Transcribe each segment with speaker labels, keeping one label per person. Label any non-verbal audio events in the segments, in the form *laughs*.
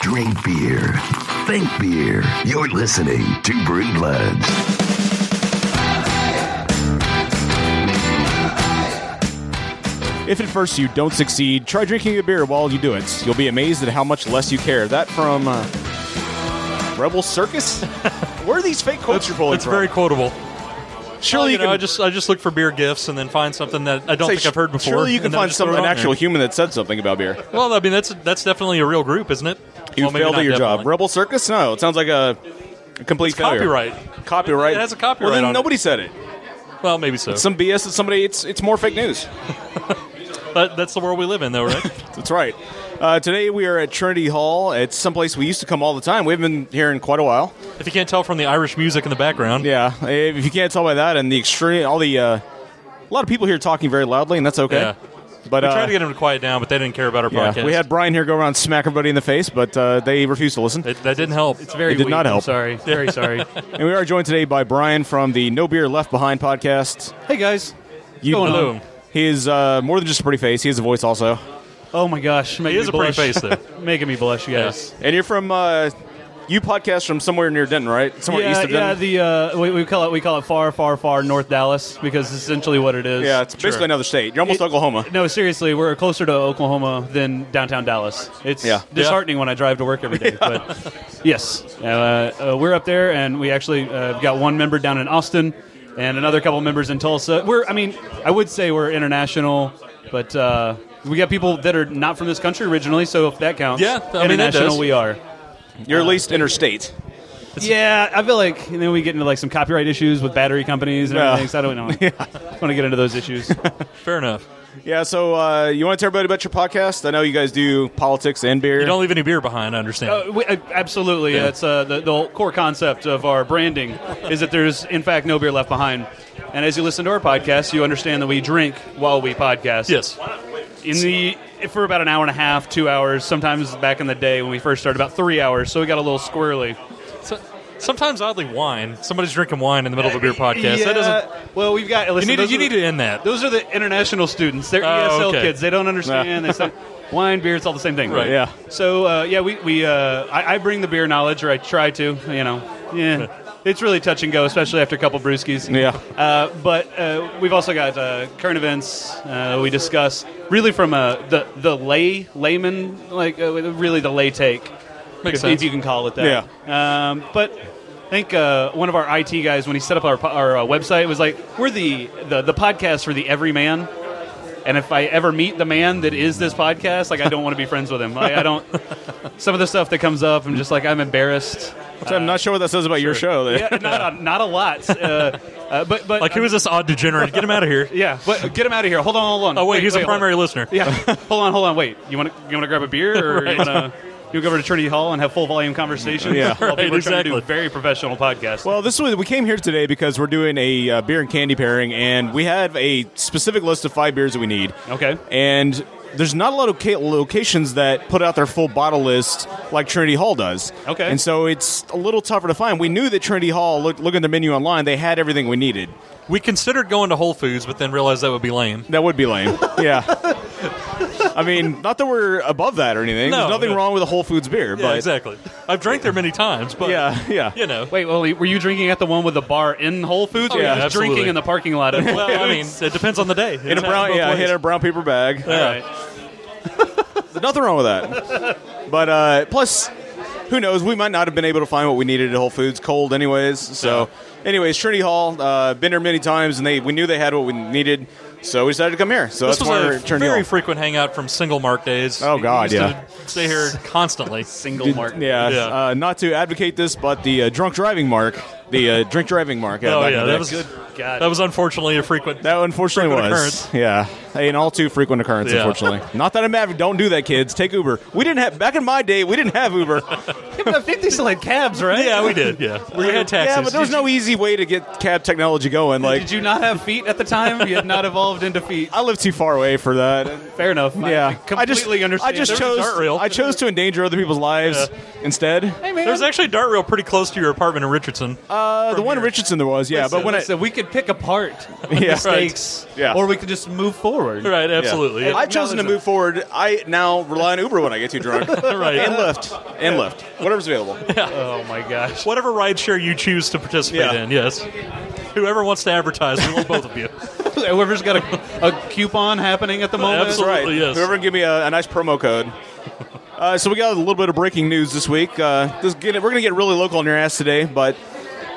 Speaker 1: Drink beer. Think beer. You're listening to Broodbloods.
Speaker 2: If at first you don't succeed, try drinking a beer while you do it. You'll be amazed at how much less you care. That from uh, Rebel
Speaker 3: *laughs*
Speaker 2: Circus? Where are these fake quotes you're pulling
Speaker 3: It's
Speaker 2: from?
Speaker 3: very quotable.
Speaker 2: surely
Speaker 3: you
Speaker 2: you
Speaker 3: know,
Speaker 2: can
Speaker 3: I just I just look for beer gifts and then find something that I don't
Speaker 2: say,
Speaker 3: think I've heard before.
Speaker 2: Surely you
Speaker 3: and
Speaker 2: can
Speaker 3: then
Speaker 2: find
Speaker 3: just throw
Speaker 2: some
Speaker 3: it
Speaker 2: an
Speaker 3: on
Speaker 2: actual
Speaker 3: there.
Speaker 2: human that said something about beer.
Speaker 3: Well, I mean that's that's definitely a real group, isn't it?
Speaker 2: You
Speaker 3: well, maybe
Speaker 2: failed
Speaker 3: not
Speaker 2: at your job.
Speaker 3: definitely.
Speaker 2: Rebel Circus? No, it sounds like a, a complete failure.
Speaker 3: Copyright.
Speaker 2: Copyright.
Speaker 3: It has a
Speaker 2: Well,
Speaker 3: copyright
Speaker 2: then
Speaker 3: on it.
Speaker 2: nobody said it.
Speaker 3: Well, maybe so.
Speaker 2: Some BS that somebody. It's it's more fake news.
Speaker 3: But that's the world we live in,
Speaker 2: *laughs*
Speaker 3: though, right?
Speaker 2: That's right. Uh, today we are at Trinity Hall. It's someplace we used to come all the time. We haven't been here in quite a while.
Speaker 3: if you can't tell from the Irish music in the background,
Speaker 2: Yeah, if you can't tell by that and the extreme, all the uh, a lot of people here talking very loudly, and that's okay.
Speaker 3: Yeah.
Speaker 2: But
Speaker 3: we
Speaker 2: uh,
Speaker 3: tried to get them to quiet down, but they didn't care about our
Speaker 2: yeah,
Speaker 3: podcast.
Speaker 2: we had Brian here go around and smack everybody in the face, but uh, they refused to listen.
Speaker 3: It- that didn't help.
Speaker 4: It's very
Speaker 2: It did
Speaker 4: weak.
Speaker 2: not
Speaker 4: I'm
Speaker 2: help. *laughs*
Speaker 4: sorry. Very sorry.
Speaker 2: and we are joined today by Brian from the No Beer Left Behind podcast.
Speaker 4: hey guys.
Speaker 2: You,
Speaker 4: Going
Speaker 3: Hello.
Speaker 2: He is uh, more than just a pretty face. He has a voice also.
Speaker 4: Oh my gosh.
Speaker 3: He
Speaker 4: Making
Speaker 3: is
Speaker 4: me
Speaker 3: a pretty face,
Speaker 4: blush.
Speaker 3: though.
Speaker 4: *laughs* Making me blush, you guys.
Speaker 2: And you're from uh, you podcast from somewhere near Denton, right? Somewhere east
Speaker 4: Yeah,
Speaker 2: of
Speaker 4: yeah,
Speaker 2: Denton.
Speaker 4: the uh, we, we call it we call it far, far, far North Dallas because it's essentially what it is.
Speaker 2: yeah, it's basically
Speaker 3: Sure.
Speaker 2: another state. You're almost
Speaker 4: It-
Speaker 2: Oklahoma.
Speaker 4: No, seriously, we're closer to Oklahoma than downtown Dallas. It's
Speaker 2: Yeah.
Speaker 4: disheartening when I drive to work every day. But yes, uh, uh, we're up there, and we actually uh, got one member down in Austin, and another couple members in Tulsa. We're, I mean, I would say we're international, but uh, we got people that are not from this country originally. So if that counts,
Speaker 3: Yeah, I mean, that
Speaker 4: international
Speaker 3: does.
Speaker 4: we are.
Speaker 2: You're at least interstate.
Speaker 4: Yeah, I feel like, and then we get into like some copyright issues with battery companies and
Speaker 2: Yeah.
Speaker 4: everything. So I don't know. want to get into those issues.
Speaker 3: Fair enough.
Speaker 2: Yeah, so uh, you want to tell everybody about your podcast? I know you guys do politics and beer.
Speaker 3: You don't leave any beer behind. I understand.
Speaker 4: Uh, we, uh, absolutely,
Speaker 3: Yeah.
Speaker 4: that's uh, the, the core concept of our branding is that there's in fact no beer left behind. And as you listen to our podcast, you understand that we drink while we podcast.
Speaker 3: yes.
Speaker 4: in the for about an hour and a half, two hours. Sometimes back in the day when we first started, about three hours. So we got a little squirrely.
Speaker 3: So, sometimes oddly, wine. Somebody's drinking wine in the middle of a *laughs* beer podcast. That doesn't.
Speaker 4: Well, we've got.
Speaker 3: You
Speaker 4: Listen,
Speaker 3: need to,
Speaker 4: those
Speaker 3: you
Speaker 4: are
Speaker 3: need
Speaker 4: the-
Speaker 3: to end that.
Speaker 4: Those are the international students. They're
Speaker 3: Oh,
Speaker 4: ESL
Speaker 3: okay.
Speaker 4: kids. They don't
Speaker 3: *laughs*
Speaker 4: understand. they say, wine, beer, it's all the same thing.
Speaker 3: Right.
Speaker 2: Yeah.
Speaker 4: So uh, yeah, we, we uh, I, I bring the beer knowledge, or I try to. You know,
Speaker 3: *laughs*
Speaker 4: yeah. It's really touch and go, especially after a couple brewskis.
Speaker 2: Yeah.
Speaker 4: Uh, but uh, we've also got uh, current events. Uh, we discuss really from uh, the the lay layman, like uh, really the lay take,
Speaker 3: Makes
Speaker 4: if,
Speaker 3: sense.
Speaker 4: if you can call it that. Yeah. Um, but I think uh, one of our IT guys, when he set up our, po- our uh, website, was like, "We're the, the the podcast for the everyman." And if I ever meet the man that is this podcast, like I don't want to be friends with him. Like,
Speaker 3: *laughs*
Speaker 4: I don't. Some of the stuff that comes up, I'm just like I'm embarrassed.
Speaker 2: So I'm not sure what that says about your show.
Speaker 4: Yeah, not a, not a lot. Uh, uh, but but
Speaker 3: Like, who is this odd degenerate? Get him out of *laughs* here.
Speaker 4: yeah, but get him out of here. Hold on, hold on.
Speaker 3: Oh, wait, he's a
Speaker 4: hold on.
Speaker 3: primary listener.
Speaker 4: Yeah, hold on, hold on. Wait, you want to you want to grab a beer, or you want to you go over to Trinity Hall and have full volume conversations?
Speaker 2: Yeah.
Speaker 4: *laughs* while people
Speaker 3: Right,
Speaker 4: are trying to do
Speaker 3: exactly.
Speaker 4: very professional
Speaker 2: *laughs*
Speaker 4: podcast.
Speaker 2: Well, this was we came here today because we're doing a uh, beer and candy pairing, and we have a specific list of five beers that we need.
Speaker 4: okay.
Speaker 2: And there's not a lot of ca- locations that put out their full bottle list like Trinity Hall does.
Speaker 4: Okay.
Speaker 2: And so it's a little tougher to find. We knew that Trinity Hall, look, look at the menu online, they had everything we needed.
Speaker 3: We considered going to Whole Foods, but then realized that would be lame.
Speaker 2: That would be
Speaker 3: *laughs*
Speaker 2: lame. yeah. I mean, not that we're above that or anything.
Speaker 3: No,
Speaker 2: There's nothing
Speaker 3: no.
Speaker 2: wrong with a Whole Foods beer,
Speaker 3: Yeah,
Speaker 2: but
Speaker 3: exactly. I've drank there many times, but
Speaker 2: yeah, yeah.
Speaker 3: you know.
Speaker 4: Wait, well, were you drinking at the one with the bar in Whole Foods? or
Speaker 3: yeah,
Speaker 4: were you just
Speaker 3: absolutely.
Speaker 4: drinking in the parking lot. Of
Speaker 3: Well, I mean, it depends on the day.
Speaker 2: In a brown, yeah, hit a brown paper bag.
Speaker 4: All right.
Speaker 2: Nothing wrong with that. But uh, plus, who knows? We might not have been able to find what we needed at Whole Foods cold, anyways. So, anyways, Trinity Hall, uh, been there many times, and they we knew they had what we needed, so we decided to come here. So
Speaker 3: This
Speaker 2: that's
Speaker 3: was
Speaker 2: why
Speaker 3: a
Speaker 2: we're at Trinity
Speaker 3: very
Speaker 2: Hall.
Speaker 3: frequent hangout from single mark days.
Speaker 2: Oh,
Speaker 3: We
Speaker 2: God,
Speaker 3: used to
Speaker 2: yeah.
Speaker 3: stay here
Speaker 2: *laughs*
Speaker 3: constantly.
Speaker 4: Single mark.
Speaker 2: yeah,
Speaker 3: Yeah.
Speaker 2: Uh, not to advocate this, but the uh, drunk driving mark, the uh, drink driving mark.
Speaker 3: oh
Speaker 2: back in
Speaker 3: yeah,
Speaker 2: the day.
Speaker 3: that was
Speaker 4: Good God.
Speaker 3: That was unfortunately a frequent.
Speaker 2: That unfortunately
Speaker 3: Frequent
Speaker 2: was. Yeah. An all too frequent occurrence,
Speaker 3: Yeah.
Speaker 2: unfortunately. Not that I'm mad. Don't do that, kids. Take Uber. We didn't have, back in my day, we didn't have Uber.
Speaker 4: Yeah, but I think they still had cabs,
Speaker 3: *laughs*
Speaker 4: right?
Speaker 3: yeah, we did. Yeah, we had taxis.
Speaker 2: Yeah, but there was no easy way to get cab technology going. Like,
Speaker 4: Did you not have feet at the time? You had not evolved into feet.
Speaker 2: I live too far away for that.
Speaker 4: Fair enough.
Speaker 2: Yeah,
Speaker 4: I completely understand.
Speaker 2: I just
Speaker 4: There was a
Speaker 2: chose.
Speaker 3: dart reel.
Speaker 2: I chose to endanger other people's lives instead.
Speaker 4: Hey, man.
Speaker 3: There was actually a dart rail pretty close to your apartment in Richardson.
Speaker 2: Uh, the
Speaker 3: From
Speaker 2: one in
Speaker 3: here.
Speaker 2: Richardson there was, yeah. but when *laughs*
Speaker 4: Listen, we could pick apart
Speaker 2: I, yeah,
Speaker 4: mistakes,
Speaker 2: Yeah.
Speaker 4: or we could just move forward.
Speaker 3: Right, absolutely.
Speaker 2: I've chosen to move forward. I now rely on Uber when I get too
Speaker 3: *laughs*
Speaker 2: drunk. *laughs*
Speaker 3: Right.
Speaker 2: And Lyft. And Lyft. Whatever's available.
Speaker 4: Oh my gosh.
Speaker 3: Whatever rideshare you choose to participate
Speaker 2: Yeah.
Speaker 3: in, yes. Whoever wants to advertise, we love both of you.
Speaker 4: *laughs* Whoever's got a, a coupon happening at the moment.
Speaker 2: That's right.
Speaker 3: Absolutely, yes.
Speaker 2: Whoever can give me a, a nice promo code. Uh, so we got a little bit of breaking news this week. Uh, this get, we're going to get really local on your ass today, but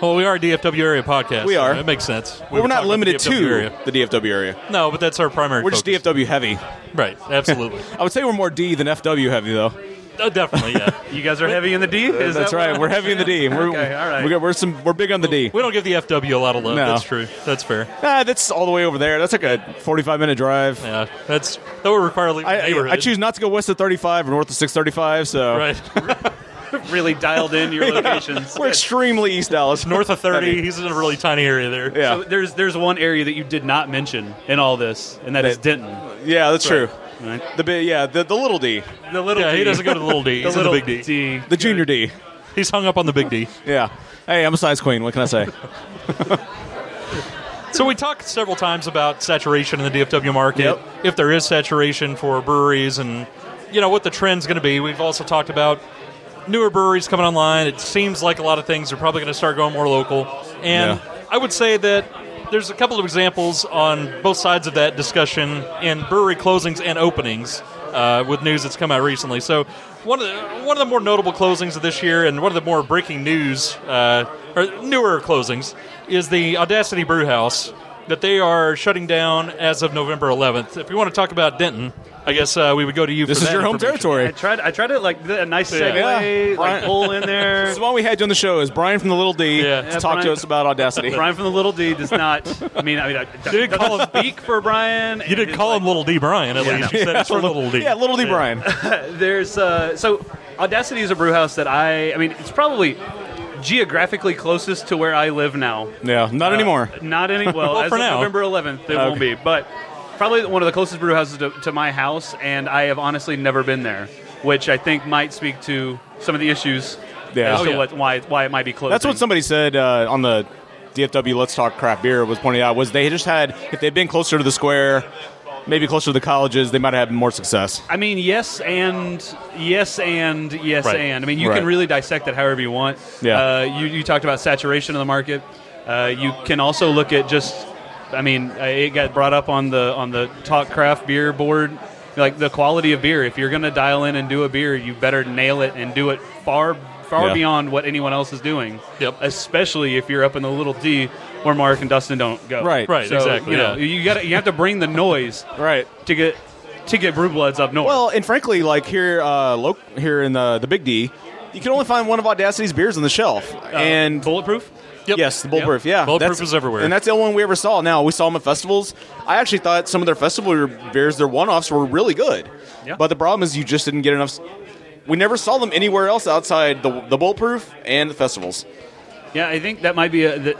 Speaker 3: Well, we are a DFW area podcast.
Speaker 2: We
Speaker 3: so
Speaker 2: are.
Speaker 3: It makes sense. We
Speaker 2: we are
Speaker 3: were
Speaker 2: not
Speaker 3: talking about
Speaker 2: limited
Speaker 3: the DFW
Speaker 2: to
Speaker 3: area.
Speaker 2: the DFW area.
Speaker 3: No, but that's our primary.
Speaker 2: We're just
Speaker 3: focus.
Speaker 2: DFW heavy.
Speaker 3: Right, *laughs* absolutely.
Speaker 2: I would say we're more D than FW heavy, though.
Speaker 3: Uh, definitely, yeah.
Speaker 4: You guys are heavy in the D. Is
Speaker 2: That's
Speaker 4: that
Speaker 2: right.
Speaker 4: what-
Speaker 2: We're heavy in the D. We're,
Speaker 4: Okay, all right.
Speaker 2: We're, we're some. We're big on the D.
Speaker 3: We don't give the FW a lot of love.
Speaker 2: No.
Speaker 3: That's true. That's fair.
Speaker 2: Ah, that's all the way over there. That's like a 45 minute drive.
Speaker 3: Yeah, that's that would require leaving
Speaker 2: I,
Speaker 3: the neighborhood.
Speaker 2: I, I choose not to go west of 35 or north of 635. So
Speaker 3: *laughs* right
Speaker 4: *laughs* really dialed
Speaker 2: *laughs*
Speaker 4: in your locations.
Speaker 2: we're extremely East Dallas,
Speaker 3: north of
Speaker 2: Heavy.
Speaker 3: thirty. He's in a really tiny area there.
Speaker 2: Yeah,
Speaker 4: So there's there's one area that you did not mention in all this, and that is
Speaker 2: That-
Speaker 4: Denton.
Speaker 2: yeah, that's true.
Speaker 4: Right?
Speaker 2: The big, yeah, the, the little D,
Speaker 4: The little
Speaker 3: Yeah,
Speaker 4: D.
Speaker 3: he doesn't go to the little D. *laughs*
Speaker 4: the
Speaker 3: He's in
Speaker 4: little
Speaker 3: the big D.
Speaker 4: D.
Speaker 2: the junior D.
Speaker 3: He's hung up on the big D.
Speaker 2: Yeah. Hey, I'm a size queen. What can I say?
Speaker 3: So we talked several times about saturation in the DFW market.
Speaker 2: Yep.
Speaker 3: If there is saturation for breweries and you know what the trend's going to be. We've also talked about newer breweries coming online. It seems like a lot of things are probably going to start going more local. And
Speaker 2: Yeah.
Speaker 3: I would say that there's a couple of examples on both sides of that discussion in brewery closings and openings uh, with news that's come out recently. So one of the one of the more notable closings of this year, and one of the more breaking news uh, or newer closings, is the Audacity Brew House that they are shutting down as of November 11th. If we want to talk about Denton, I guess uh, we would go to you.
Speaker 2: This
Speaker 3: for
Speaker 2: is
Speaker 3: that
Speaker 2: your home
Speaker 3: information.
Speaker 4: I
Speaker 2: territory.
Speaker 4: tried. I tried to like th- a nice segue,
Speaker 2: Yeah.
Speaker 4: like pull in
Speaker 2: *laughs*
Speaker 4: there.
Speaker 2: This is why we had you on the show. Is Brian from the little D
Speaker 3: Yeah.
Speaker 2: to
Speaker 3: Yeah,
Speaker 2: talk to
Speaker 4: Brian-
Speaker 2: us about audacity?
Speaker 4: Brian from the little D does not. I mean, I mean, I,
Speaker 3: didn't
Speaker 4: doesn't
Speaker 3: call him-
Speaker 4: speak for Brian.
Speaker 3: You did call him Little D Brian, at least. You
Speaker 2: *laughs*
Speaker 3: said it's for Little D.
Speaker 2: yeah, little D. Brian.
Speaker 4: There's uh, so Audacity is a brew house that I. I mean, it's probably geographically closest to where I live now.
Speaker 2: Yeah, not anymore.
Speaker 4: Not any. Well,
Speaker 3: Well,
Speaker 4: as
Speaker 3: for
Speaker 4: of
Speaker 3: now.
Speaker 4: November 11th, it won't be. But probably one of the closest brew houses to, to my house, and I have honestly never been there, which I think might speak to some of the issues.
Speaker 2: Yeah.
Speaker 4: as
Speaker 2: Oh,
Speaker 4: to
Speaker 3: yeah.
Speaker 4: what, why why it might be closed.
Speaker 2: That's what somebody said uh, on the DFW Let's Talk Craft Beer was pointing out was they just had if they'd been closer to the square, maybe closer to the colleges, they might have had more success.
Speaker 4: I mean, yes and yes and yes
Speaker 3: Right.
Speaker 4: and. I mean, you
Speaker 2: Right.
Speaker 4: can really dissect it however you want.
Speaker 2: Yeah.
Speaker 4: Uh, you, you talked about saturation of the market. Uh, you can also look at just. I mean, uh, it got brought up on the on the talk craft beer board, like the quality of beer. If you're going to dial in and do a beer, you better nail it and do it far far
Speaker 2: Yeah.
Speaker 4: beyond what anyone else is doing.
Speaker 3: Yep.
Speaker 4: Especially if you're up in the little D where Mark and Dustin don't go.
Speaker 2: Right.
Speaker 3: Right,
Speaker 4: So,
Speaker 3: exactly,
Speaker 4: You know,
Speaker 3: yeah.
Speaker 4: you got you have to bring
Speaker 2: *laughs*
Speaker 4: the noise
Speaker 2: Right.
Speaker 4: to get to get brew bloods up north.
Speaker 2: Well, and frankly, like here, uh, lo- here in the the Big D, you can only find one of Audacity's beers on the shelf,
Speaker 4: Uh,
Speaker 2: and
Speaker 4: bulletproof.
Speaker 3: Yep.
Speaker 2: yes, the Bulletproof, yeah,
Speaker 3: Bulletproof
Speaker 2: That's-
Speaker 3: is everywhere.
Speaker 2: and that's the only one we ever saw. Now we saw them at festivals. I actually thought some of their festival beers, their one offs, were really good.
Speaker 4: Yeah.
Speaker 2: But the problem is, you just didn't get enough. s- We never saw them anywhere else outside the the Bulletproof and the festivals.
Speaker 4: Yeah, I think that might be a. The,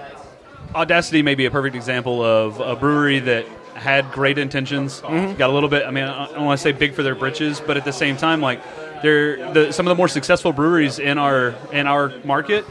Speaker 4: Audacity may be a perfect example of a brewery that had great intentions,
Speaker 2: Mm-hmm.
Speaker 4: got a little bit. I mean, I don't want to say big for their britches, but at the same time, like they're the, some of the more successful breweries in our in our market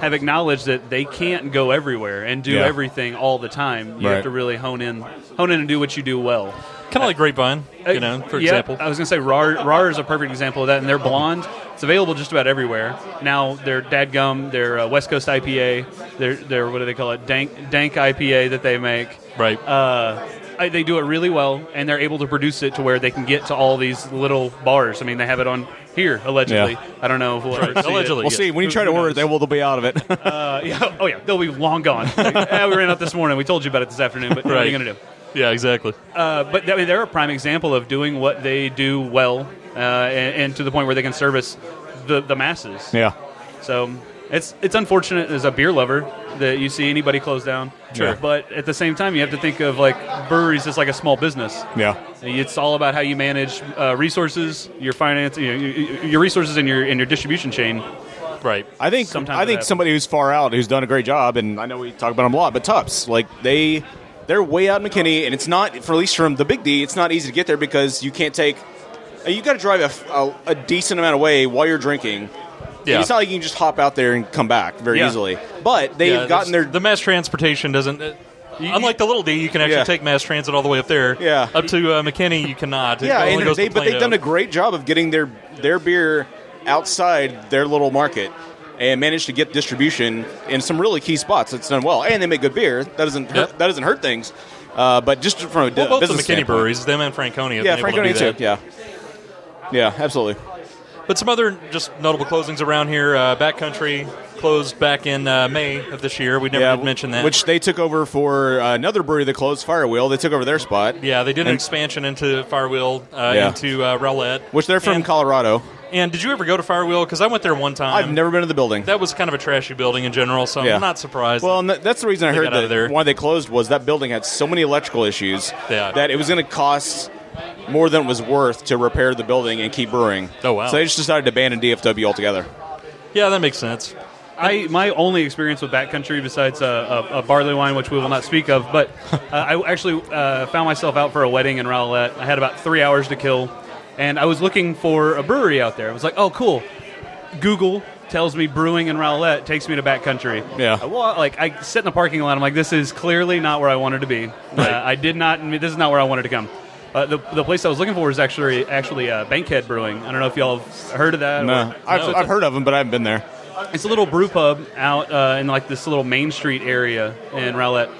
Speaker 4: have acknowledged that they can't go everywhere and do
Speaker 2: Yeah.
Speaker 4: everything all the time. You
Speaker 2: Right.
Speaker 4: have to really hone in, hone in, and do what you do well.
Speaker 3: Kind of like Grapevine,
Speaker 2: Uh,
Speaker 3: you know, for
Speaker 4: Uh, yeah,
Speaker 3: example. Uh-huh.
Speaker 4: I was going to say RAR, RAR is a perfect example of that, and they're blonde. It's available just about everywhere. Now, their Dadgum, their uh, West Coast IPA, their, their, what do they call it, Dank, dank IPA that they make,
Speaker 3: right.
Speaker 4: uh, I, they do it really well, and they're able to produce it to where they can get to all these little bars. I mean, they have it on here, allegedly.
Speaker 2: Yeah.
Speaker 4: I don't know if we'll ever see it.
Speaker 3: Allegedly.
Speaker 2: We'll
Speaker 3: yes.
Speaker 2: see. When you
Speaker 4: Who-
Speaker 2: try to
Speaker 4: who
Speaker 2: order it,
Speaker 4: knows?
Speaker 2: they will they'll be out of it.
Speaker 4: Uh, yeah, oh, yeah, they'll be long gone.
Speaker 2: *laughs*
Speaker 4: yeah, we ran out this morning. We told you about it this afternoon, but what are
Speaker 3: Right.
Speaker 4: you going to do?
Speaker 3: Yeah, exactly.
Speaker 4: Uh, but I mean, they're a prime example of doing what they do well, uh, and, and to the point where they can service the, the masses.
Speaker 2: yeah.
Speaker 4: So it's it's unfortunate as a beer lover that you see anybody close down.
Speaker 2: Sure. Yeah.
Speaker 4: But at the same time, you have to think of like breweries as like a small business.
Speaker 2: Yeah.
Speaker 4: It's all about how you manage uh, resources, your finance, you know, your, your resources, and your and your distribution chain.
Speaker 3: Right.
Speaker 2: *laughs* I think
Speaker 4: Sometimes
Speaker 2: I
Speaker 4: it
Speaker 2: think
Speaker 4: happens.
Speaker 2: somebody who's far out who's done a great job, and I know we talk about them a lot, but Tufts, like they they're way out in McKinney, and it's not for at least from the Big D, it's not easy to get there because you can't take you got to drive a f- a, a decent amount away while you're drinking.
Speaker 3: Yeah.
Speaker 2: It's not like you can just hop out there and come back very
Speaker 4: Yeah.
Speaker 2: easily. But they've
Speaker 3: Yeah,
Speaker 2: gotten
Speaker 3: there's-
Speaker 2: their
Speaker 3: The mass transportation doesn't. uh,
Speaker 4: You-
Speaker 3: Unlike the Little D, you can actually
Speaker 2: Yeah.
Speaker 3: take mass transit all the way up there.
Speaker 2: Yeah.
Speaker 3: Up to uh, McKinney, you cannot. It
Speaker 2: yeah,
Speaker 3: only
Speaker 2: and
Speaker 3: goes
Speaker 2: they,
Speaker 3: to
Speaker 2: but they've
Speaker 3: Plano.
Speaker 2: done a great job of getting their their beer outside their little market and managed to get distribution in some really key spots. It's done well, and they make good beer. That doesn't hurt,
Speaker 3: Yep.
Speaker 2: that doesn't hurt things. Uh, but just from a d-
Speaker 3: Well, both the
Speaker 2: business
Speaker 3: McKinney
Speaker 2: standpoint.
Speaker 3: breweries, them and Franconia, have
Speaker 2: yeah,
Speaker 3: been able to
Speaker 2: Franconia
Speaker 3: do
Speaker 2: too.
Speaker 3: that.
Speaker 2: Yeah, yeah, absolutely.
Speaker 3: But some other just notable closings around here. Uh, Backcountry closed back in uh, May of this year. We never
Speaker 2: yeah,
Speaker 3: did mention that.
Speaker 2: Which they took over for uh, another brewery that closed, Firewheel. They took over their spot.
Speaker 3: yeah, they did an
Speaker 2: And-
Speaker 3: expansion into Firewheel, uh,
Speaker 2: Yeah.
Speaker 3: into uh, Rowlett.
Speaker 2: Which they're from
Speaker 3: And-
Speaker 2: Colorado.
Speaker 3: And did you ever go to Firewheel? Because I went there one time.
Speaker 2: I've never been to the building.
Speaker 3: That was kind of a trashy building in general, so
Speaker 2: Yeah.
Speaker 3: I'm not surprised.
Speaker 2: Well, and th- that's the reason I
Speaker 3: They
Speaker 2: heard
Speaker 3: got out of there.
Speaker 2: that why they closed was that building had so many electrical issues
Speaker 3: Yeah.
Speaker 2: that it was going to cost more than it was worth to repair the building and keep brewing.
Speaker 3: Oh, wow.
Speaker 2: So they just decided to abandon DFW altogether.
Speaker 3: yeah, that makes sense.
Speaker 4: I my only experience with backcountry besides uh, a, a barley wine, which we will not speak of,
Speaker 2: *laughs*
Speaker 4: but uh, I actually uh, found myself out for a wedding in Rowlett. I had about three hours to kill, and I was looking for a brewery out there. I was like, oh, cool. Google tells me brewing in Rowlett takes me to backcountry.
Speaker 2: Yeah.
Speaker 4: I wa- like I sit in the parking lot. I'm like, this is clearly not where I wanted to be. Uh, I did not. This is not where I wanted to come. Uh, the, the place I was looking for is actually actually uh, Bankhead Brewing. I don't know if y'all have heard of that. or-
Speaker 2: No, I've,
Speaker 3: it's
Speaker 2: I've
Speaker 3: a-
Speaker 2: heard of them, but I haven't been there.
Speaker 4: it's a little brew pub out uh, in like this little main street area in Rowlett.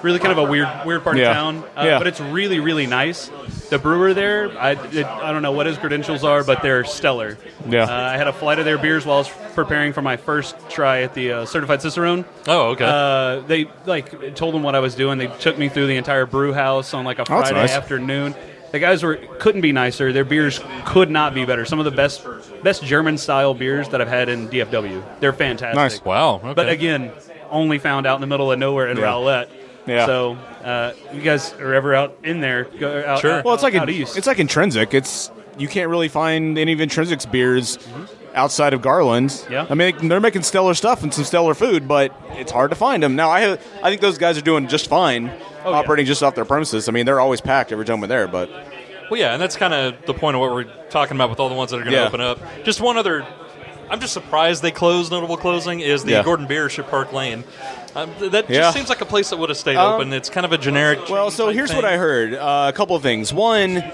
Speaker 4: Really kind of a weird, weird part
Speaker 2: Yeah.
Speaker 4: of town, uh,
Speaker 2: Yeah.
Speaker 4: but it's really, really nice. The brewer there, I, it, I don't know what his credentials are, but they're stellar.
Speaker 2: Yeah.
Speaker 4: Uh, I had a flight of their beers while I was preparing for my first try at the uh, certified cicerone.
Speaker 3: Oh, okay.
Speaker 4: Uh, they like told them what I was doing. They took me through the entire brew house on like a
Speaker 2: Oh, that's
Speaker 4: Friday
Speaker 2: nice.
Speaker 4: afternoon. The guys were couldn't be nicer. Their beers could not be better. Some of the best best German style beers that I've had in DFW. They're fantastic.
Speaker 2: Nice.
Speaker 3: wow. Okay.
Speaker 4: But again, only found out in the middle of nowhere in
Speaker 2: Yeah.
Speaker 4: Rowlett.
Speaker 2: Yeah.
Speaker 4: So uh, you guys are ever out in there? Go out,
Speaker 3: Sure.
Speaker 4: out-
Speaker 2: Well, it's like
Speaker 4: out
Speaker 2: in-
Speaker 4: east.
Speaker 2: it's like intrinsic. It's you can't really find any of intrinsic's beers
Speaker 3: Mm-hmm.
Speaker 2: outside of Garland's.
Speaker 4: Yeah.
Speaker 2: I mean they're making stellar stuff and some stellar food, but it's hard to find them. Now I have, I think those guys are doing just fine
Speaker 3: Oh,
Speaker 4: yeah.
Speaker 2: operating just off their premises. I mean they're always packed every time we're there, but
Speaker 3: Well, yeah, and that's kind of the point of what we're talking about with all the ones that are going to
Speaker 2: Yeah.
Speaker 3: open up. Just one other, I'm just surprised they closed. Notable closing is the
Speaker 2: Yeah.
Speaker 3: Gordon Beer Ship Park Lane. Um, th- that just
Speaker 2: Yeah.
Speaker 3: seems like a place that would have stayed
Speaker 2: Um,
Speaker 3: open. It's kind of a generic.
Speaker 2: Well, so
Speaker 3: type
Speaker 2: here's
Speaker 3: thing.
Speaker 2: what I heard. Uh, a couple of things. One,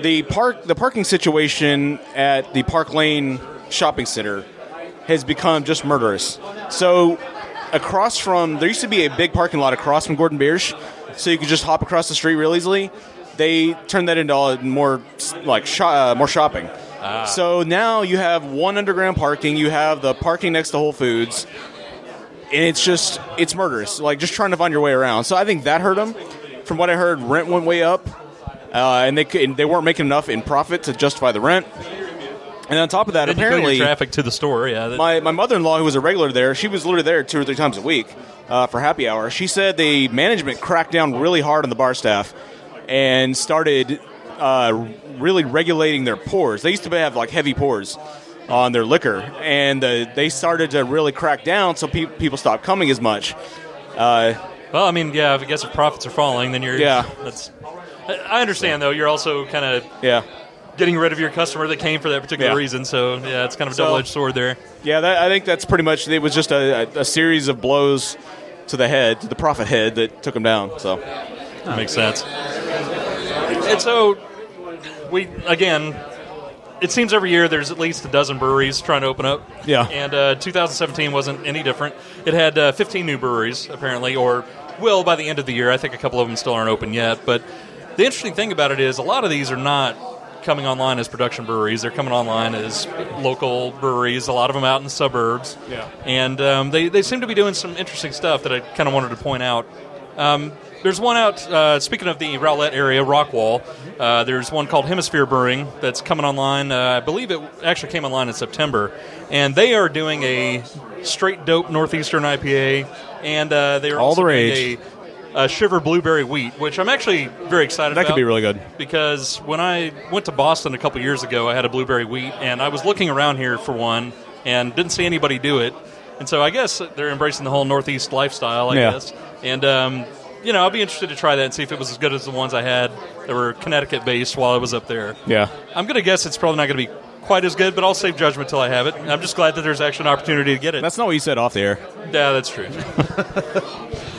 Speaker 2: the park, the parking situation at the Park Lane Shopping Center has become just murderous. So, across from there used to be a big parking lot across from Gordon Biersch, so you could just hop across the street real easily. They turned that into all more like sho- uh, more shopping. So now you have one underground parking. You have the parking next to Whole Foods and it's just it's murderous. Like just trying to find your way around. So I think that hurt them. From what I heard, rent went way up, uh, and they couldn't, they weren't making enough in profit to justify the rent. And on top of that,
Speaker 3: Then you go
Speaker 2: apparently
Speaker 3: your traffic to the store. Yeah, that-
Speaker 2: my, my mother in law, who was a regular there, she was literally there two or three times a week uh, for happy hour. She said the management cracked down really hard on the bar staff and started uh, really regulating their pours. They used to have like heavy pours on their liquor, and uh, they started to really crack down so pe- people stopped coming as much.
Speaker 3: well, I mean, yeah, I guess if profits are falling, then you're
Speaker 2: Yeah.
Speaker 3: That's. I- I understand though. You're also kind of
Speaker 2: Yeah.
Speaker 3: getting rid of your customer that came for that particular
Speaker 2: Yeah.
Speaker 3: reason. So yeah, it's kind of a
Speaker 2: So-
Speaker 3: double edged sword there.
Speaker 2: Yeah, that, I think that's pretty much it. was just a, a, a series of blows to the head, to the profit head, that took them down. So.
Speaker 3: That makes sense. And so, we again, it seems every year there's at least a dozen breweries trying to open up.
Speaker 2: Yeah.
Speaker 3: And uh, 2017 wasn't any different. It had uh, 15 new breweries apparently, or will by the end of the year. I think a couple of them still aren't open yet. But the interesting thing about it is a lot of these are not coming online as production breweries. They're coming online as local breweries. A lot of them out in the suburbs.
Speaker 2: Yeah.
Speaker 3: And um, they they seem to be doing some interesting stuff that I kind of wanted to point out. Um, there's one out. Uh, speaking of the Rowlett area, Rockwall. Uh, there's one called Hemisphere Brewing that's coming online. Uh, I believe it actually came online in September, and they are doing a straight dope Northeastern IPA, and uh, they are
Speaker 2: All
Speaker 3: also
Speaker 2: the
Speaker 3: doing
Speaker 2: rage.
Speaker 3: A, a Shiver Blueberry Wheat, which I'm actually very excited.
Speaker 2: That could
Speaker 3: about
Speaker 2: be really good.
Speaker 3: because when I went to Boston a couple years ago, I had a blueberry wheat, and I was looking around here for one, and didn't see anybody do it. And so I guess they're embracing the whole Northeast lifestyle, I
Speaker 2: Yeah.
Speaker 3: guess. And um, you know, I'd be interested to try that and see if it was as good as the ones I had that were Connecticut based while I was up there.
Speaker 2: Yeah.
Speaker 3: I'm gonna guess it's probably not gonna be quite as good, but I'll save judgment till I have it. I'm just glad that there's actually an opportunity to get
Speaker 2: *laughs*
Speaker 3: it.
Speaker 2: That's not what you said off the air.
Speaker 3: yeah, that's true.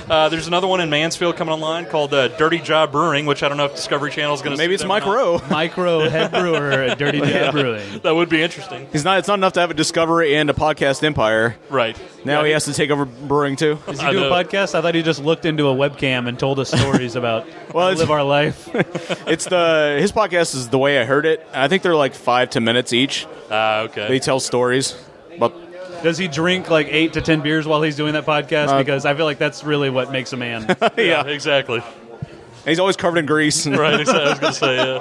Speaker 3: Uh, there's another one in Mansfield coming online called uh, Dirty Job Brewing, which I don't know if Discovery Channel is going to.
Speaker 2: Maybe it's Mike Rowe.
Speaker 4: Micro head brewer *laughs* at Dirty Dad Brewing.
Speaker 3: That would be interesting,
Speaker 2: He's not. It's not enough to have a Discovery and a podcast empire.
Speaker 3: right?
Speaker 2: Now
Speaker 3: Yeah,
Speaker 2: he has to take over brewing too.
Speaker 4: Does
Speaker 3: I
Speaker 4: he do a
Speaker 3: know.
Speaker 4: podcast? I thought he just looked into a webcam and told us stories about
Speaker 2: Well,
Speaker 4: how to
Speaker 2: it's-
Speaker 4: live our life.
Speaker 2: It's the his podcast is the way I heard it. I think they're like five to minutes each.
Speaker 3: Ah,
Speaker 2: They
Speaker 3: okay.
Speaker 2: tell stories. But
Speaker 4: Does he drink like eight to ten beers while he's doing that podcast? because I feel like that's really what makes a man.
Speaker 3: yeah, exactly.
Speaker 2: he's always covered in grease.
Speaker 3: Right, exactly. I was going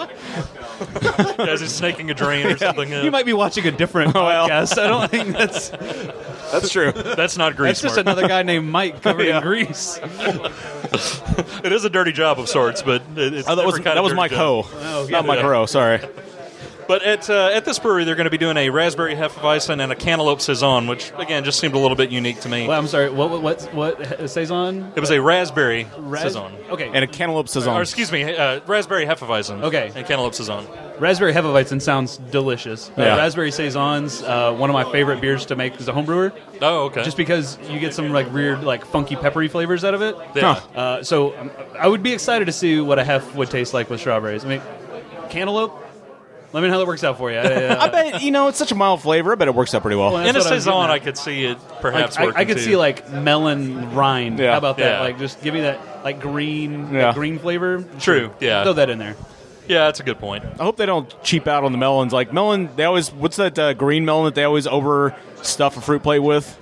Speaker 3: to say, yeah. Guys, he's snaking a drain or something. yeah.
Speaker 4: *laughs* you might be watching a different
Speaker 2: well.
Speaker 4: podcast. I don't *laughs* think that's
Speaker 2: That's true.
Speaker 3: That's not
Speaker 4: that's
Speaker 3: grease.
Speaker 4: just
Speaker 3: Mark.
Speaker 4: another guy named *laughs* Mike covered
Speaker 2: Yeah.
Speaker 4: in grease.
Speaker 3: it is a dirty job of sorts, but it-
Speaker 2: *laughs*
Speaker 3: it's
Speaker 2: Oh, that was
Speaker 3: different kind
Speaker 2: that
Speaker 3: of
Speaker 2: was
Speaker 3: dirty
Speaker 2: Mike
Speaker 3: job.
Speaker 2: Ho, not Mike
Speaker 3: yeah.
Speaker 2: Rowe. Sorry.
Speaker 3: But at uh, at this brewery, they're going to be doing a raspberry hefeweizen and a cantaloupe saison, which again just seemed a little bit unique to me.
Speaker 4: Well, I'm sorry. What what what, what saison?
Speaker 3: It was a raspberry
Speaker 4: Ras-
Speaker 3: saison.
Speaker 4: Okay,
Speaker 2: And a cantaloupe
Speaker 3: Or
Speaker 2: saison.
Speaker 3: excuse me, uh, raspberry hefeweizen.
Speaker 4: Okay.
Speaker 3: And cantaloupe saison.
Speaker 4: raspberry hefeweizen sounds delicious. Uh,
Speaker 2: Yeah.
Speaker 4: raspberry saisons, uh, one of my favorite beers to make as a home brewer,
Speaker 3: Oh, okay.
Speaker 4: just because you get some like weird, like funky, peppery flavors out of it.
Speaker 3: yeah.
Speaker 2: Huh.
Speaker 4: Uh, so um, I would be excited to see what a hef would taste like with strawberries. I mean, cantaloupe. Let me know how that works out for you. I, uh,
Speaker 2: I
Speaker 3: *laughs*
Speaker 2: bet you know it's such a mild flavor. I bet it works out pretty well.
Speaker 3: In a saison, I could see it perhaps
Speaker 4: I,
Speaker 3: working.
Speaker 4: I could
Speaker 3: too.
Speaker 4: see like melon rind.
Speaker 2: Yeah.
Speaker 4: How about that?
Speaker 3: Yeah.
Speaker 4: Like just give me that like green, that
Speaker 2: Yeah.
Speaker 4: green flavor.
Speaker 3: True, yeah.
Speaker 4: Throw that in there.
Speaker 3: yeah, that's a good point.
Speaker 2: I hope they don't cheap out on the melons. Like melon, they always what's that uh, green melon that they always over stuff a fruit plate with?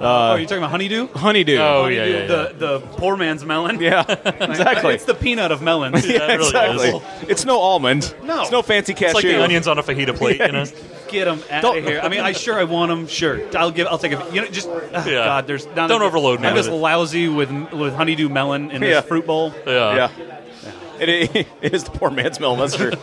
Speaker 4: oh, you're talking about honeydew?
Speaker 2: Honeydew.
Speaker 3: Uh, *laughs* Oh,
Speaker 4: Honeydew,
Speaker 3: yeah, yeah, yeah.
Speaker 4: The the poor
Speaker 3: *laughs*
Speaker 4: man's
Speaker 2: *laughs*
Speaker 4: melon.
Speaker 2: Yeah, *laughs*
Speaker 4: Like,
Speaker 2: exactly.
Speaker 4: It's the peanut of melons.
Speaker 3: Yeah, it really
Speaker 2: exactly.
Speaker 3: is.
Speaker 2: It's no almond.
Speaker 4: No.
Speaker 2: It's no fancy cashew.
Speaker 3: It's like the onions on
Speaker 2: *laughs*
Speaker 3: a fajita plate, you know?
Speaker 4: Get them out
Speaker 2: Don't-
Speaker 4: of here. I mean, I sure I want them. Sure, I'll give. I'll take a. You know, just ugh,
Speaker 3: Yeah.
Speaker 4: God. There's not
Speaker 3: Don't overload me
Speaker 4: I'm
Speaker 3: with
Speaker 4: just
Speaker 3: it.
Speaker 4: lousy with with honeydew melon in this
Speaker 2: Yeah.
Speaker 4: fruit bowl.
Speaker 3: Yeah.
Speaker 2: Yeah. It, i- it is the poor man's melon. That's true.
Speaker 3: *laughs*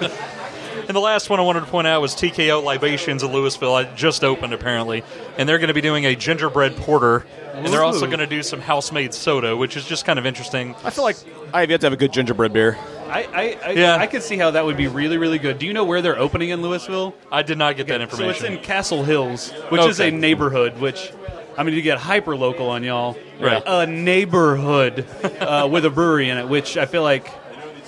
Speaker 3: And the last one I wanted to point out was TKO Libations in Louisville. I just opened apparently, and they're going to be doing a gingerbread porter, and they're also
Speaker 4: Ooh.
Speaker 3: going to do some house-made soda, which is just kind of interesting.
Speaker 2: I feel like I have yet to have a good gingerbread beer.
Speaker 4: I I, I,
Speaker 3: Yeah.
Speaker 4: I could see how that would be really really good. Do you know where they're opening in Louisville?
Speaker 3: I did not get that
Speaker 4: So it's in
Speaker 3: information.
Speaker 4: Castle Hills, which is a
Speaker 3: Okay.
Speaker 4: neighborhood. Which I'm going to get hyper local on y'all.
Speaker 3: Right.
Speaker 4: A neighborhood uh, with a brewery in it, which I feel like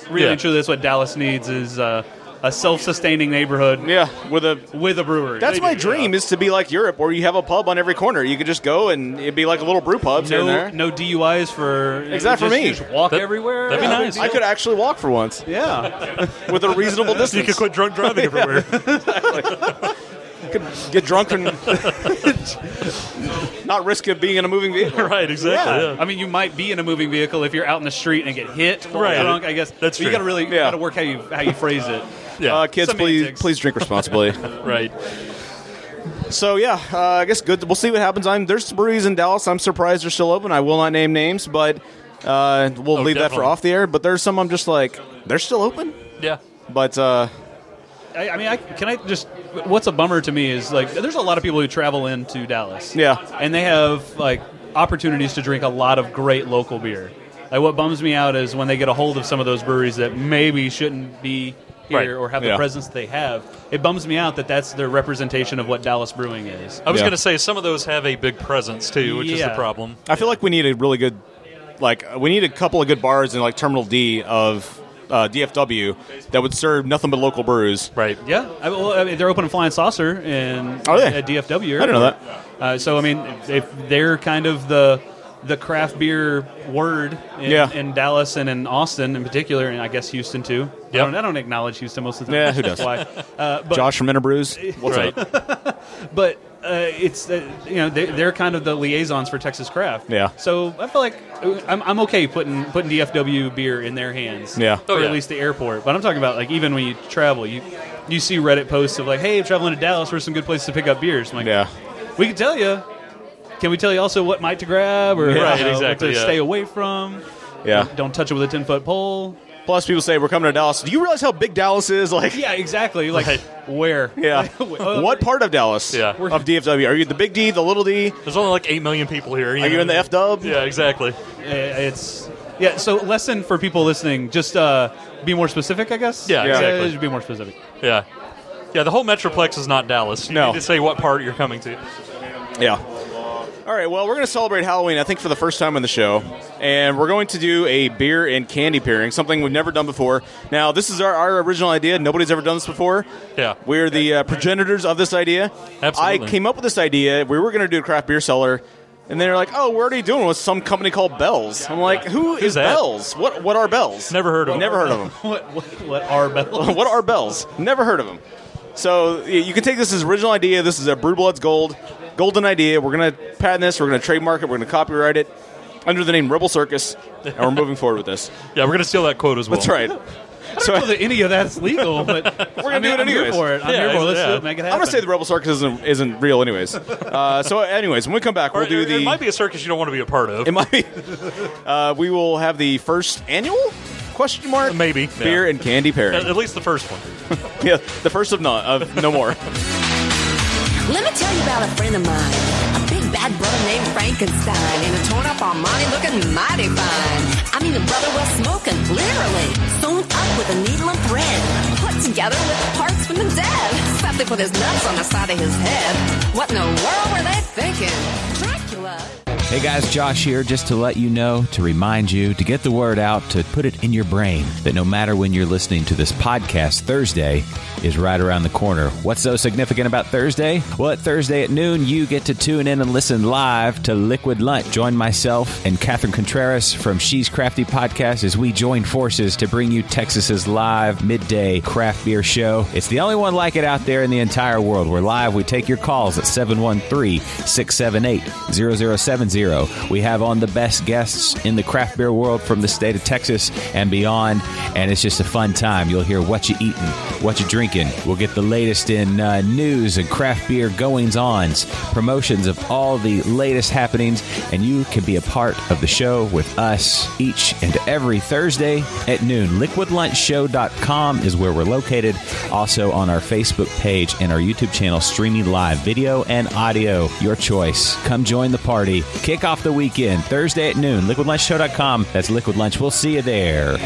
Speaker 4: really
Speaker 3: Yeah.
Speaker 4: and truly that's what Dallas needs is uh, a self-sustaining neighborhood
Speaker 2: Yeah, with a.
Speaker 4: with a brewery.
Speaker 2: That's
Speaker 4: They
Speaker 2: my
Speaker 4: do,
Speaker 2: dream
Speaker 4: yeah.
Speaker 2: is to be like Europe, where you have a pub on every corner. You could just go and it'd be like a little brew pub here and
Speaker 4: No,
Speaker 2: there.
Speaker 4: no DUIs for
Speaker 2: Exactly for
Speaker 4: just-
Speaker 2: me.
Speaker 4: Just walk
Speaker 3: That-
Speaker 4: everywhere.
Speaker 3: that'd be
Speaker 4: Yeah,
Speaker 3: nice.
Speaker 4: big
Speaker 2: I
Speaker 4: deal.
Speaker 2: could actually walk for once
Speaker 4: Yeah,
Speaker 2: with a reasonable distance.
Speaker 3: *laughs* You could quit drunk driving everywhere.
Speaker 2: *laughs*
Speaker 3: *laughs*
Speaker 2: Could get drunk and not risk it being in a moving vehicle.
Speaker 3: right, exactly.
Speaker 2: Yeah.
Speaker 3: Yeah.
Speaker 4: I mean, you might be in a moving vehicle if you're out in the street and get hit. or
Speaker 3: Right.
Speaker 4: drunk, I guess
Speaker 3: That's
Speaker 4: you
Speaker 3: true.
Speaker 4: got to really you
Speaker 2: Yeah.
Speaker 4: got to work how you how you phrase it.
Speaker 3: Yeah.
Speaker 2: Uh, kids, please
Speaker 4: Semantics.
Speaker 2: please drink
Speaker 3: *laughs*
Speaker 2: responsibly.
Speaker 3: right.
Speaker 2: So yeah, uh, I guess good. We'll see what happens. I'm there's breweries in Dallas. I'm surprised they're still open. I will not name names, but uh, we'll leave that for
Speaker 3: Oh, definitely.
Speaker 2: off the air. But there's some I'm just like they're still open,
Speaker 3: Yeah.
Speaker 2: but uh,
Speaker 4: I, I mean, I, can I just? What's a bummer to me is like there's a lot of people who travel into Dallas.
Speaker 2: Yeah.
Speaker 4: and they have like opportunities to drink a lot of great local beer. Like what bums me out is when they get a hold of some of those breweries that maybe shouldn't be here
Speaker 3: Right.
Speaker 4: or have the
Speaker 2: Yeah.
Speaker 4: presence they have. It bums me out that that's their representation of what Dallas brewing is.
Speaker 3: I was
Speaker 2: Yeah.
Speaker 3: going to say some of those have a big presence too, which is the
Speaker 4: Yeah.
Speaker 3: problem.
Speaker 2: I feel like we need a really good, like we need a couple of good bars in like Terminal D of uh, DFW that would serve nothing but local brews.
Speaker 3: Right.
Speaker 4: Yeah, I, well, I mean, they're open Flying Saucer in
Speaker 2: Are they?
Speaker 4: at DFW.
Speaker 2: Oh, I didn't know that.
Speaker 4: Uh, so I mean, if they're kind of the the craft beer word in,
Speaker 2: Yeah.
Speaker 4: in Dallas and in Austin in particular, and I guess Houston too. I,
Speaker 3: Yep.
Speaker 4: don't, I don't acknowledge Houston most of the time.
Speaker 2: Yeah, who
Speaker 4: That's
Speaker 2: does?
Speaker 4: Why? Uh, but
Speaker 2: Josh from
Speaker 3: *laughs*
Speaker 2: Interbrews, what's
Speaker 3: right.
Speaker 2: up?
Speaker 4: but uh, it's uh, you know they, they're kind of the liaisons for Texas craft.
Speaker 2: Yeah.
Speaker 4: So I feel like uh, I'm, I'm okay putting putting DFW beer in their hands.
Speaker 2: Yeah.
Speaker 4: Or
Speaker 3: Oh, yeah.
Speaker 4: at least the airport. But I'm talking about like even when you travel, you you see Reddit posts of like, hey, I'm traveling to Dallas. Where's some good places to pick up beers? I'm like,
Speaker 2: Yeah,
Speaker 4: We can tell you. Can we tell you also what might to grab or
Speaker 2: Yeah.
Speaker 4: you
Speaker 2: Right,
Speaker 4: know, what
Speaker 3: exactly,
Speaker 4: to
Speaker 3: yeah.
Speaker 4: stay away from?
Speaker 2: yeah.
Speaker 4: Don't touch it with a ten foot pole.
Speaker 2: Plus, people say we're coming to Dallas. Do you realize how big Dallas is? *laughs* Like,
Speaker 4: Yeah, exactly. Like
Speaker 3: Right.
Speaker 4: *laughs* where?
Speaker 3: *laughs*
Speaker 2: yeah.
Speaker 4: Uh,
Speaker 2: what part of Dallas?
Speaker 3: Yeah.
Speaker 2: Of DFW? Are you the big D, the little D?
Speaker 3: There's only like eight million people here.
Speaker 2: Are you in the F Dub?
Speaker 3: Yeah. Exactly.
Speaker 4: Uh, It's yeah. So lesson for people listening: just uh, be more specific, I guess.
Speaker 3: Yeah,
Speaker 4: Uh,
Speaker 3: exactly.
Speaker 4: just be more specific.
Speaker 3: Yeah. Yeah, the whole Metroplex is not Dallas. You
Speaker 2: No.
Speaker 3: need to say what part you're coming to.
Speaker 2: Yeah. All right, well, we're going to celebrate Halloween, I think, for the first time on the show. And we're going to do a beer and candy pairing, something we've never done before. Now, this is our, our original idea. Nobody's ever done this before.
Speaker 3: Yeah.
Speaker 2: We're the uh, progenitors of this idea.
Speaker 3: Absolutely.
Speaker 2: I came up with this idea. We were going to do a craft beer cellar. And they were like, oh, we're already doing it with some company called Bells. I'm like, who is
Speaker 3: that?
Speaker 2: Bells? What, what are Bells?
Speaker 3: Never heard of 'em.
Speaker 2: Never heard of them.
Speaker 4: *laughs* What, what, what are bells?
Speaker 2: *laughs* what
Speaker 4: *laughs*
Speaker 2: are bells? Never heard of them. So y- you can take this as original idea. This is a Brew Bloods Gold, golden idea. We're gonna patent this. We're gonna trademark it. We're gonna copyright it under the name Rebel Circus, and we're moving forward with
Speaker 3: *laughs*
Speaker 2: this.
Speaker 3: Yeah, we're gonna steal that quote as well.
Speaker 2: That's right. So *laughs*
Speaker 4: I don't know that any of that's legal, but we're
Speaker 2: gonna do it
Speaker 4: I'm here
Speaker 2: anyways.
Speaker 4: for it. I'm
Speaker 3: Yeah,
Speaker 4: here for it. Let's
Speaker 3: yeah.
Speaker 4: do it. Make it happen.
Speaker 2: I'm gonna say the Rebel Circus isn't, isn't real,
Speaker 3: *laughs*
Speaker 2: anyways. Uh, so, anyways, when we come back,
Speaker 3: Or
Speaker 2: we'll do
Speaker 3: it,
Speaker 2: the.
Speaker 3: it might be a circus you don't want to be a part of.
Speaker 2: It might be- *laughs* Uh, we will have the first annual question mark
Speaker 3: Maybe, yeah.
Speaker 2: beer and candy
Speaker 3: *laughs* at,
Speaker 2: pairing.
Speaker 3: at least the first one.
Speaker 2: yeah, the first of not of no
Speaker 3: *laughs*
Speaker 2: more.
Speaker 5: Let me tell you about a friend of mine. A big bad brother named Frankenstein. In a torn up Armani looking mighty fine. I mean, the brother was smoking, literally. Sewn up with a needle and thread. Put together with parts from the dead. Except they put his nuts on the side of his head. What in the world were they thinking? Dracula.
Speaker 6: Hey guys, Josh here, just to let you know, to remind you, to get the word out, to put it in your brain that no matter when you're listening to this podcast, Thursday is right around the corner. What's so significant about Thursday? Well, at Thursday at noon, you get to tune in and listen live to Liquid Lunch. Join myself and Catherine Contreras from She's Crafty Podcast as we join forces to bring you Texas's live midday craft beer show. It's the only one like it out there in the entire world. We're live. We take your calls at 713 678 0070. We have on the best guests in the craft beer world from the state of Texas and beyond. And it's just a fun time. You'll hear what you eating, what you drinking. We'll get the latest in uh, news and craft beer goings ons, promotions of all the latest happenings. And you can be a part of the show with us each and every Thursday at noon. LiquidLunchShow.com is where we're located. Also on our Facebook page and our YouTube channel, streaming live video and audio. Your choice. Come join the party. Kick off the weekend Thursday at noon. LiquidLunchShow.com. That's Liquid Lunch. We'll see you there.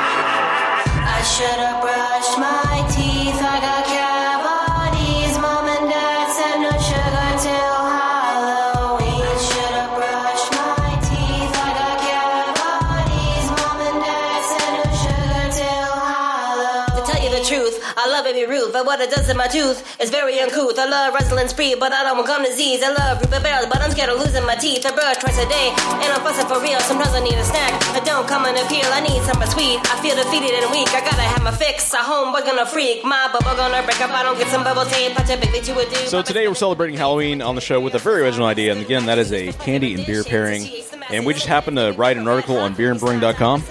Speaker 7: I should have brushed my teeth. I got cavities. Mom and dad said no sugar till Halloween. Should have brushed my teeth. I got cavities. Mom and dad said no sugar till Halloween.
Speaker 5: To tell you the truth, I love every root, but what it does to my tooth is very uncouth. I love wrestling spree, but I don't want gum disease. I love root barrels, but I'm scared of losing my teeth. I brush twice a day, and I'm fussing for real. Sometimes I need a snack. I don't come in a peel, I need something sweet. I feel defeated and weak, I gotta have my fix. A homeboy gonna freak, my bubble gonna break up. I don't get some bubble tape, I typically do a do.
Speaker 2: So today we're celebrating Halloween on the show with a very original idea, and again, that is a candy and beer pairing. And we just happened to write an article on beerandbrewing.com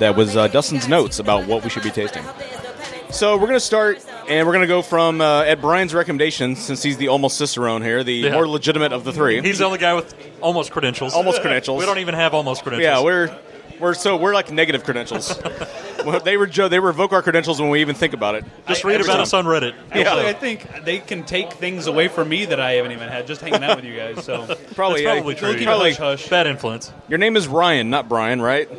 Speaker 2: that was uh, Dustin's notes about what we should be tasting. So we're going to start, and we're going to go from uh, at Brian's recommendation, since he's the almost Cicerone here, the
Speaker 3: Yeah.
Speaker 2: more legitimate of the three.
Speaker 3: He's the only guy with almost credentials.
Speaker 2: Almost credentials.
Speaker 3: *laughs* We don't even have almost credentials.
Speaker 2: yeah, we're we're so we're like negative
Speaker 3: *laughs*
Speaker 2: credentials. Well, they were they revoke our credentials when we even think about it.
Speaker 3: just read
Speaker 2: Every
Speaker 3: about
Speaker 2: time.
Speaker 3: us on Reddit.
Speaker 4: Actually,
Speaker 2: Yeah.
Speaker 4: I think they can take things away from me that I haven't even had just hanging out with you guys. So
Speaker 2: *laughs* Probably, yeah.
Speaker 3: That's probably true.
Speaker 4: We'll keep it
Speaker 2: Probably-
Speaker 4: hush, hush.
Speaker 3: Bad influence.
Speaker 2: Your name is Ryan, not Brian, right?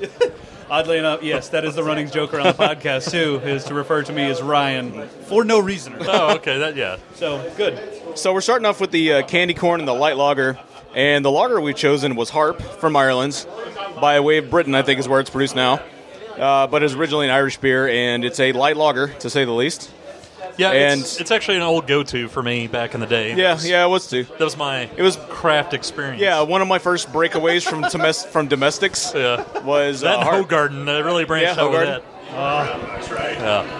Speaker 4: Oddly enough, yes, that is the running joke around the podcast too, is to refer to me as Ryan for no reason.
Speaker 3: Oh, okay. That yeah.
Speaker 4: So good.
Speaker 2: So we're starting off with the uh, candy corn and the light lager, and the lager we've chosen was Harp from Ireland, by way of Britain, I think is where it's produced now. Uh, but it's originally an Irish beer, and it's a light lager to say the least.
Speaker 3: Yeah, it's,
Speaker 2: And-
Speaker 3: it's actually an old go-to for me back in the day.
Speaker 2: Yeah, yeah, it was too.
Speaker 3: That was my it
Speaker 2: was-
Speaker 3: craft experience.
Speaker 2: Yeah, one of my first breakaways from domes- from domestics
Speaker 3: *laughs* yeah.
Speaker 2: was uh,
Speaker 3: That and
Speaker 2: Harp.
Speaker 3: Hogarden, I really branched
Speaker 2: Yeah,
Speaker 3: out with
Speaker 2: Hogarden.
Speaker 3: that.
Speaker 4: Ah.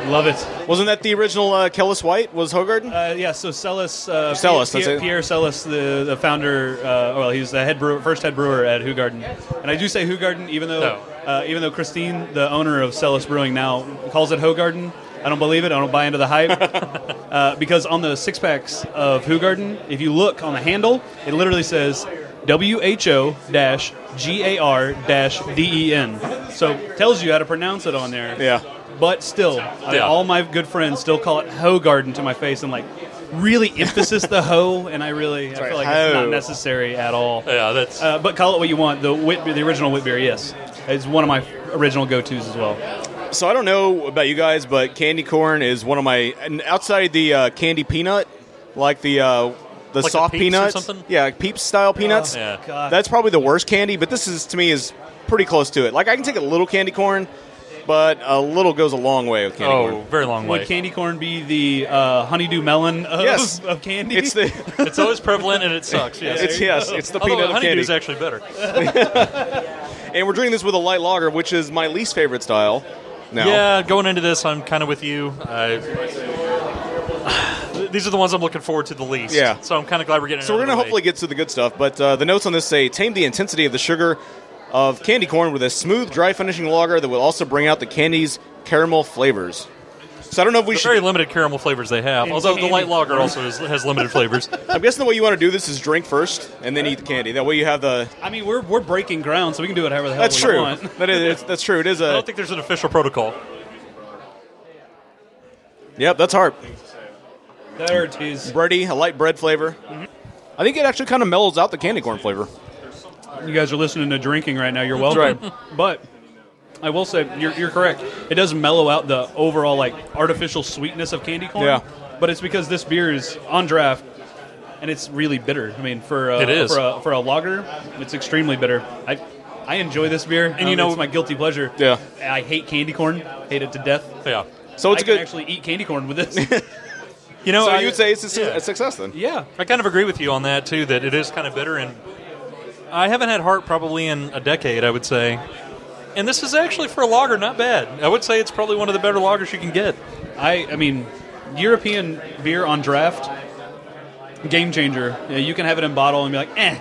Speaker 4: Love it.
Speaker 2: Wasn't that the original uh, Kellis White? Was Hogarden?
Speaker 4: Uh, yeah, so Celis, uh,
Speaker 2: Celis,
Speaker 4: Pierre,
Speaker 2: that's it.
Speaker 4: Pierre Celis, the, the founder. Uh, well, he's the head brewer, first head brewer at Who Garden, and I do say Who Garden, even though
Speaker 3: No.
Speaker 4: uh, even though Christine, the owner of Celis Brewing, now calls it Ho Garden. I don't believe it. I don't buy into the hype uh, because on the six packs of Who Garden, if you look on the handle, it literally says W H O dash G A R dash D E N. So tells you how to pronounce it on there.
Speaker 2: Yeah.
Speaker 4: But still, I-
Speaker 3: Yeah.
Speaker 4: all my good friends still call it hoe garden to my face and like really emphasis the hoe, and I really I feel like
Speaker 2: hoe.
Speaker 4: it's not necessary at all.
Speaker 3: Yeah, that's
Speaker 4: Uh, but call it what you want. The Whit, the original Whitbeer, yes, it's one of my original go tos as well.
Speaker 2: So I don't know about you guys, but candy corn is one of my and outside the uh, candy peanut, like the uh, the
Speaker 3: Like the
Speaker 2: soft
Speaker 3: Peeps or
Speaker 2: peanuts,
Speaker 3: something?
Speaker 2: yeah, like Peeps style peanuts.
Speaker 3: yeah.
Speaker 4: God.
Speaker 2: That's probably the worst candy, but this is to me is pretty close to it. Like I can take a little candy corn, but a little goes a long way with candy
Speaker 3: Oh,
Speaker 2: corn. *laughs*
Speaker 3: very long way.
Speaker 4: Would candy corn be the uh, honeydew melon of,
Speaker 2: Yes.
Speaker 4: of candy?
Speaker 2: It's
Speaker 3: *laughs*
Speaker 2: the
Speaker 3: *laughs* It's always prevalent and it sucks. Yes.
Speaker 2: it's yes, it's the
Speaker 3: Although
Speaker 2: peanut of
Speaker 3: honeydew
Speaker 2: candy.
Speaker 3: is actually better.
Speaker 2: And we're doing this with a light lager, which is my least favorite style. Now,
Speaker 3: Yeah, going into this, I'm kind of with you. I, *sighs* these are the ones I'm looking forward to the least.
Speaker 2: Yeah.
Speaker 3: So I'm kind of glad we're getting. it
Speaker 2: So we're
Speaker 3: out of
Speaker 2: gonna
Speaker 3: the way.
Speaker 2: hopefully get to the good stuff, but uh, the notes on this say tame the intensity of the sugar of candy corn with a smooth, dry finishing lager that will also bring out the candy's caramel flavors. So I don't know if we
Speaker 3: The
Speaker 2: should.
Speaker 3: very limited caramel flavors they have. Although the light lager also is, has limited flavors.
Speaker 2: I'm guessing the way you want to do this is drink first and then eat the candy. That way you have the.
Speaker 4: *laughs* I mean, we're, we're breaking ground, so we can do whatever the hell
Speaker 2: That's
Speaker 4: we
Speaker 2: true.
Speaker 4: want.
Speaker 2: That is, it's- that's true. It is
Speaker 3: I
Speaker 2: a.
Speaker 3: don't think there's an official protocol.
Speaker 2: Yep, that's hard.
Speaker 4: There it is.
Speaker 2: Bready, a light bread flavor. Mm-hmm. I think it actually kind of mellows out the candy corn flavor.
Speaker 4: You guys are listening to drinking right now. You're
Speaker 2: That's
Speaker 4: welcome. But I will say you're, you're correct. It does mellow out the overall like artificial sweetness of candy corn.
Speaker 2: Yeah.
Speaker 4: But it's because this beer is on draft and it's really bitter. I mean, for a,
Speaker 3: It is.
Speaker 4: for a, for a lager, it's extremely bitter. I I enjoy this beer, and
Speaker 3: you know-
Speaker 4: it's my guilty pleasure.
Speaker 2: Yeah.
Speaker 4: I hate candy corn. Hate it to death.
Speaker 3: Yeah.
Speaker 2: So it's a
Speaker 4: I can
Speaker 2: good.
Speaker 4: actually eat candy corn with this.
Speaker 3: You know,
Speaker 2: so
Speaker 3: I,
Speaker 2: you would say it's a, su-
Speaker 3: yeah.
Speaker 2: a success then?
Speaker 4: yeah.
Speaker 3: I kind of agree with you on that too. That it is kind of bitter, and I haven't had heart probably in a decade. I would say. And this is actually for a lager, not bad. I would say it's probably one of the better lagers you can get.
Speaker 4: I I mean, European beer on draft, game changer. You, know, you can have it in bottle and be like, eh,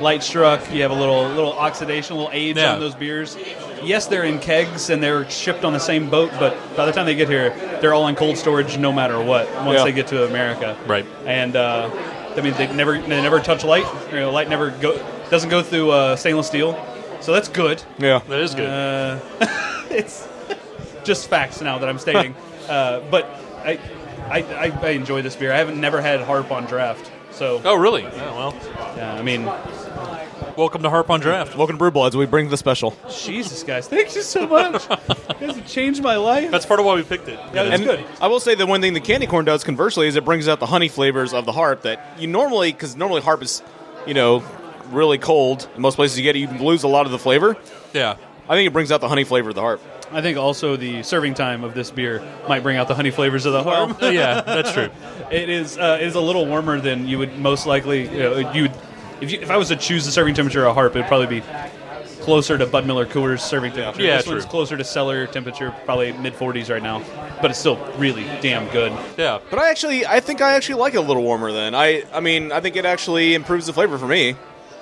Speaker 4: light struck. You have a little little oxidation, a little age
Speaker 3: Yeah.
Speaker 4: on those beers. Yes, they're in kegs and they're shipped on the same boat, but by the time they get here, they're all in cold storage, no matter what. Once
Speaker 2: Yeah.
Speaker 4: they get to America,
Speaker 3: Right.
Speaker 4: And uh, I mean, they never they never touch light. You know, light never go doesn't go through uh, stainless steel, so that's good.
Speaker 2: Yeah.
Speaker 3: That is good.
Speaker 4: Uh, it's just facts now that I'm *laughs* stating. uh, but I, I, I, I enjoy this beer. I haven't never had Harp on draft, so
Speaker 3: oh, really? Oh,
Speaker 4: yeah, I mean,
Speaker 3: well, welcome to Harp on Draft.
Speaker 2: Welcome to Brew Bloods. We bring the special.
Speaker 4: Jesus, guys, thank you so *laughs* much. you guys have changed my life.
Speaker 3: That's part of why we picked it.
Speaker 4: Yeah, that's
Speaker 2: and
Speaker 4: good.
Speaker 2: I will say the one thing the candy corn does, conversely, is it brings out the honey flavors of the harp that you normally, because normally harp is, you know, really cold. In most places you get it, you can lose a lot of the flavor.
Speaker 3: Yeah.
Speaker 2: I think it brings out the honey flavor of the harp.
Speaker 4: I think also the serving time of this beer might bring out the honey flavors of the harp.
Speaker 3: yeah, *laughs* that's true.
Speaker 4: It is uh, it is a little warmer than you would most likely you know, you would, if you, if I was to choose the serving temperature of harp, it'd probably be closer to Bud Miller Coors serving temperature.
Speaker 3: Yeah,
Speaker 4: this one's
Speaker 3: true.
Speaker 4: closer to cellar temperature, probably mid 40s right now, but it's still really damn good.
Speaker 3: Yeah.
Speaker 2: But I actually, I think I actually like it a little warmer. Then I, I mean, I think it actually improves the flavor for me.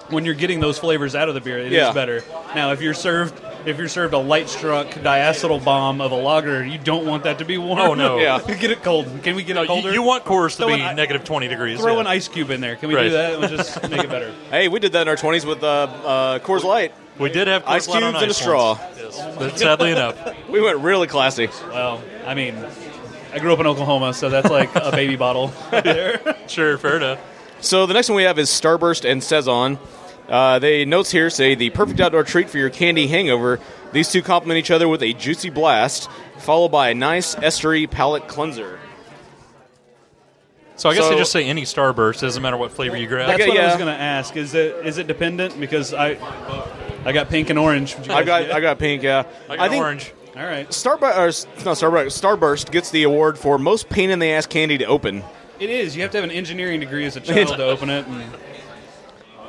Speaker 4: When you're getting those flavors out of the beer, it is
Speaker 2: Yeah.
Speaker 4: better. Now, if you're served if you're served a light struck diacetyl bomb of a lager, you don't want that to be warm.
Speaker 3: Oh, no.
Speaker 2: Yeah.
Speaker 4: *laughs* you get it cold. Can we get it colder?
Speaker 3: You, you want Coors to
Speaker 4: Throw
Speaker 3: be
Speaker 4: an i-
Speaker 3: negative 20 degrees.
Speaker 4: throw
Speaker 3: yeah.
Speaker 4: an ice cube in there? Can we do
Speaker 3: Right.
Speaker 4: that? It
Speaker 3: *laughs*
Speaker 4: would just make it better.
Speaker 2: Hey, we did that in our twenties with uh, uh, Coors Light.
Speaker 3: We did have Coors
Speaker 2: Ice
Speaker 3: Light on
Speaker 2: cubes and a
Speaker 3: ice
Speaker 2: straw.
Speaker 3: once. Yes. But sadly enough.
Speaker 2: We went really classy.
Speaker 4: Well, I mean, I grew up in Oklahoma, so that's like a baby
Speaker 2: *laughs*
Speaker 4: bottle there.
Speaker 3: Sure, fair enough.
Speaker 2: So the next one we have is Starburst and Saison. Uh, they notes here say the perfect outdoor treat for your candy hangover. These two complement each other with a juicy blast, followed by a nice estery palate cleanser.
Speaker 3: *laughs* So I guess
Speaker 2: So-
Speaker 3: they just say any Starburst. doesn't matter what flavor you grab.
Speaker 4: That's
Speaker 2: Okay,
Speaker 4: what I
Speaker 2: yeah.
Speaker 4: was going to ask. Is it is it dependent? Because I I got pink and orange. Would you
Speaker 2: I
Speaker 4: guys
Speaker 2: got
Speaker 4: get?
Speaker 2: I got pink. Yeah,
Speaker 3: I got
Speaker 2: think
Speaker 3: orange.
Speaker 4: All right.
Speaker 2: Starburst or s- not Starburst Starburst gets the award for most pain in the ass candy to open.
Speaker 4: It is. You have to have an engineering
Speaker 2: *laughs*
Speaker 4: degree as a child to open it. And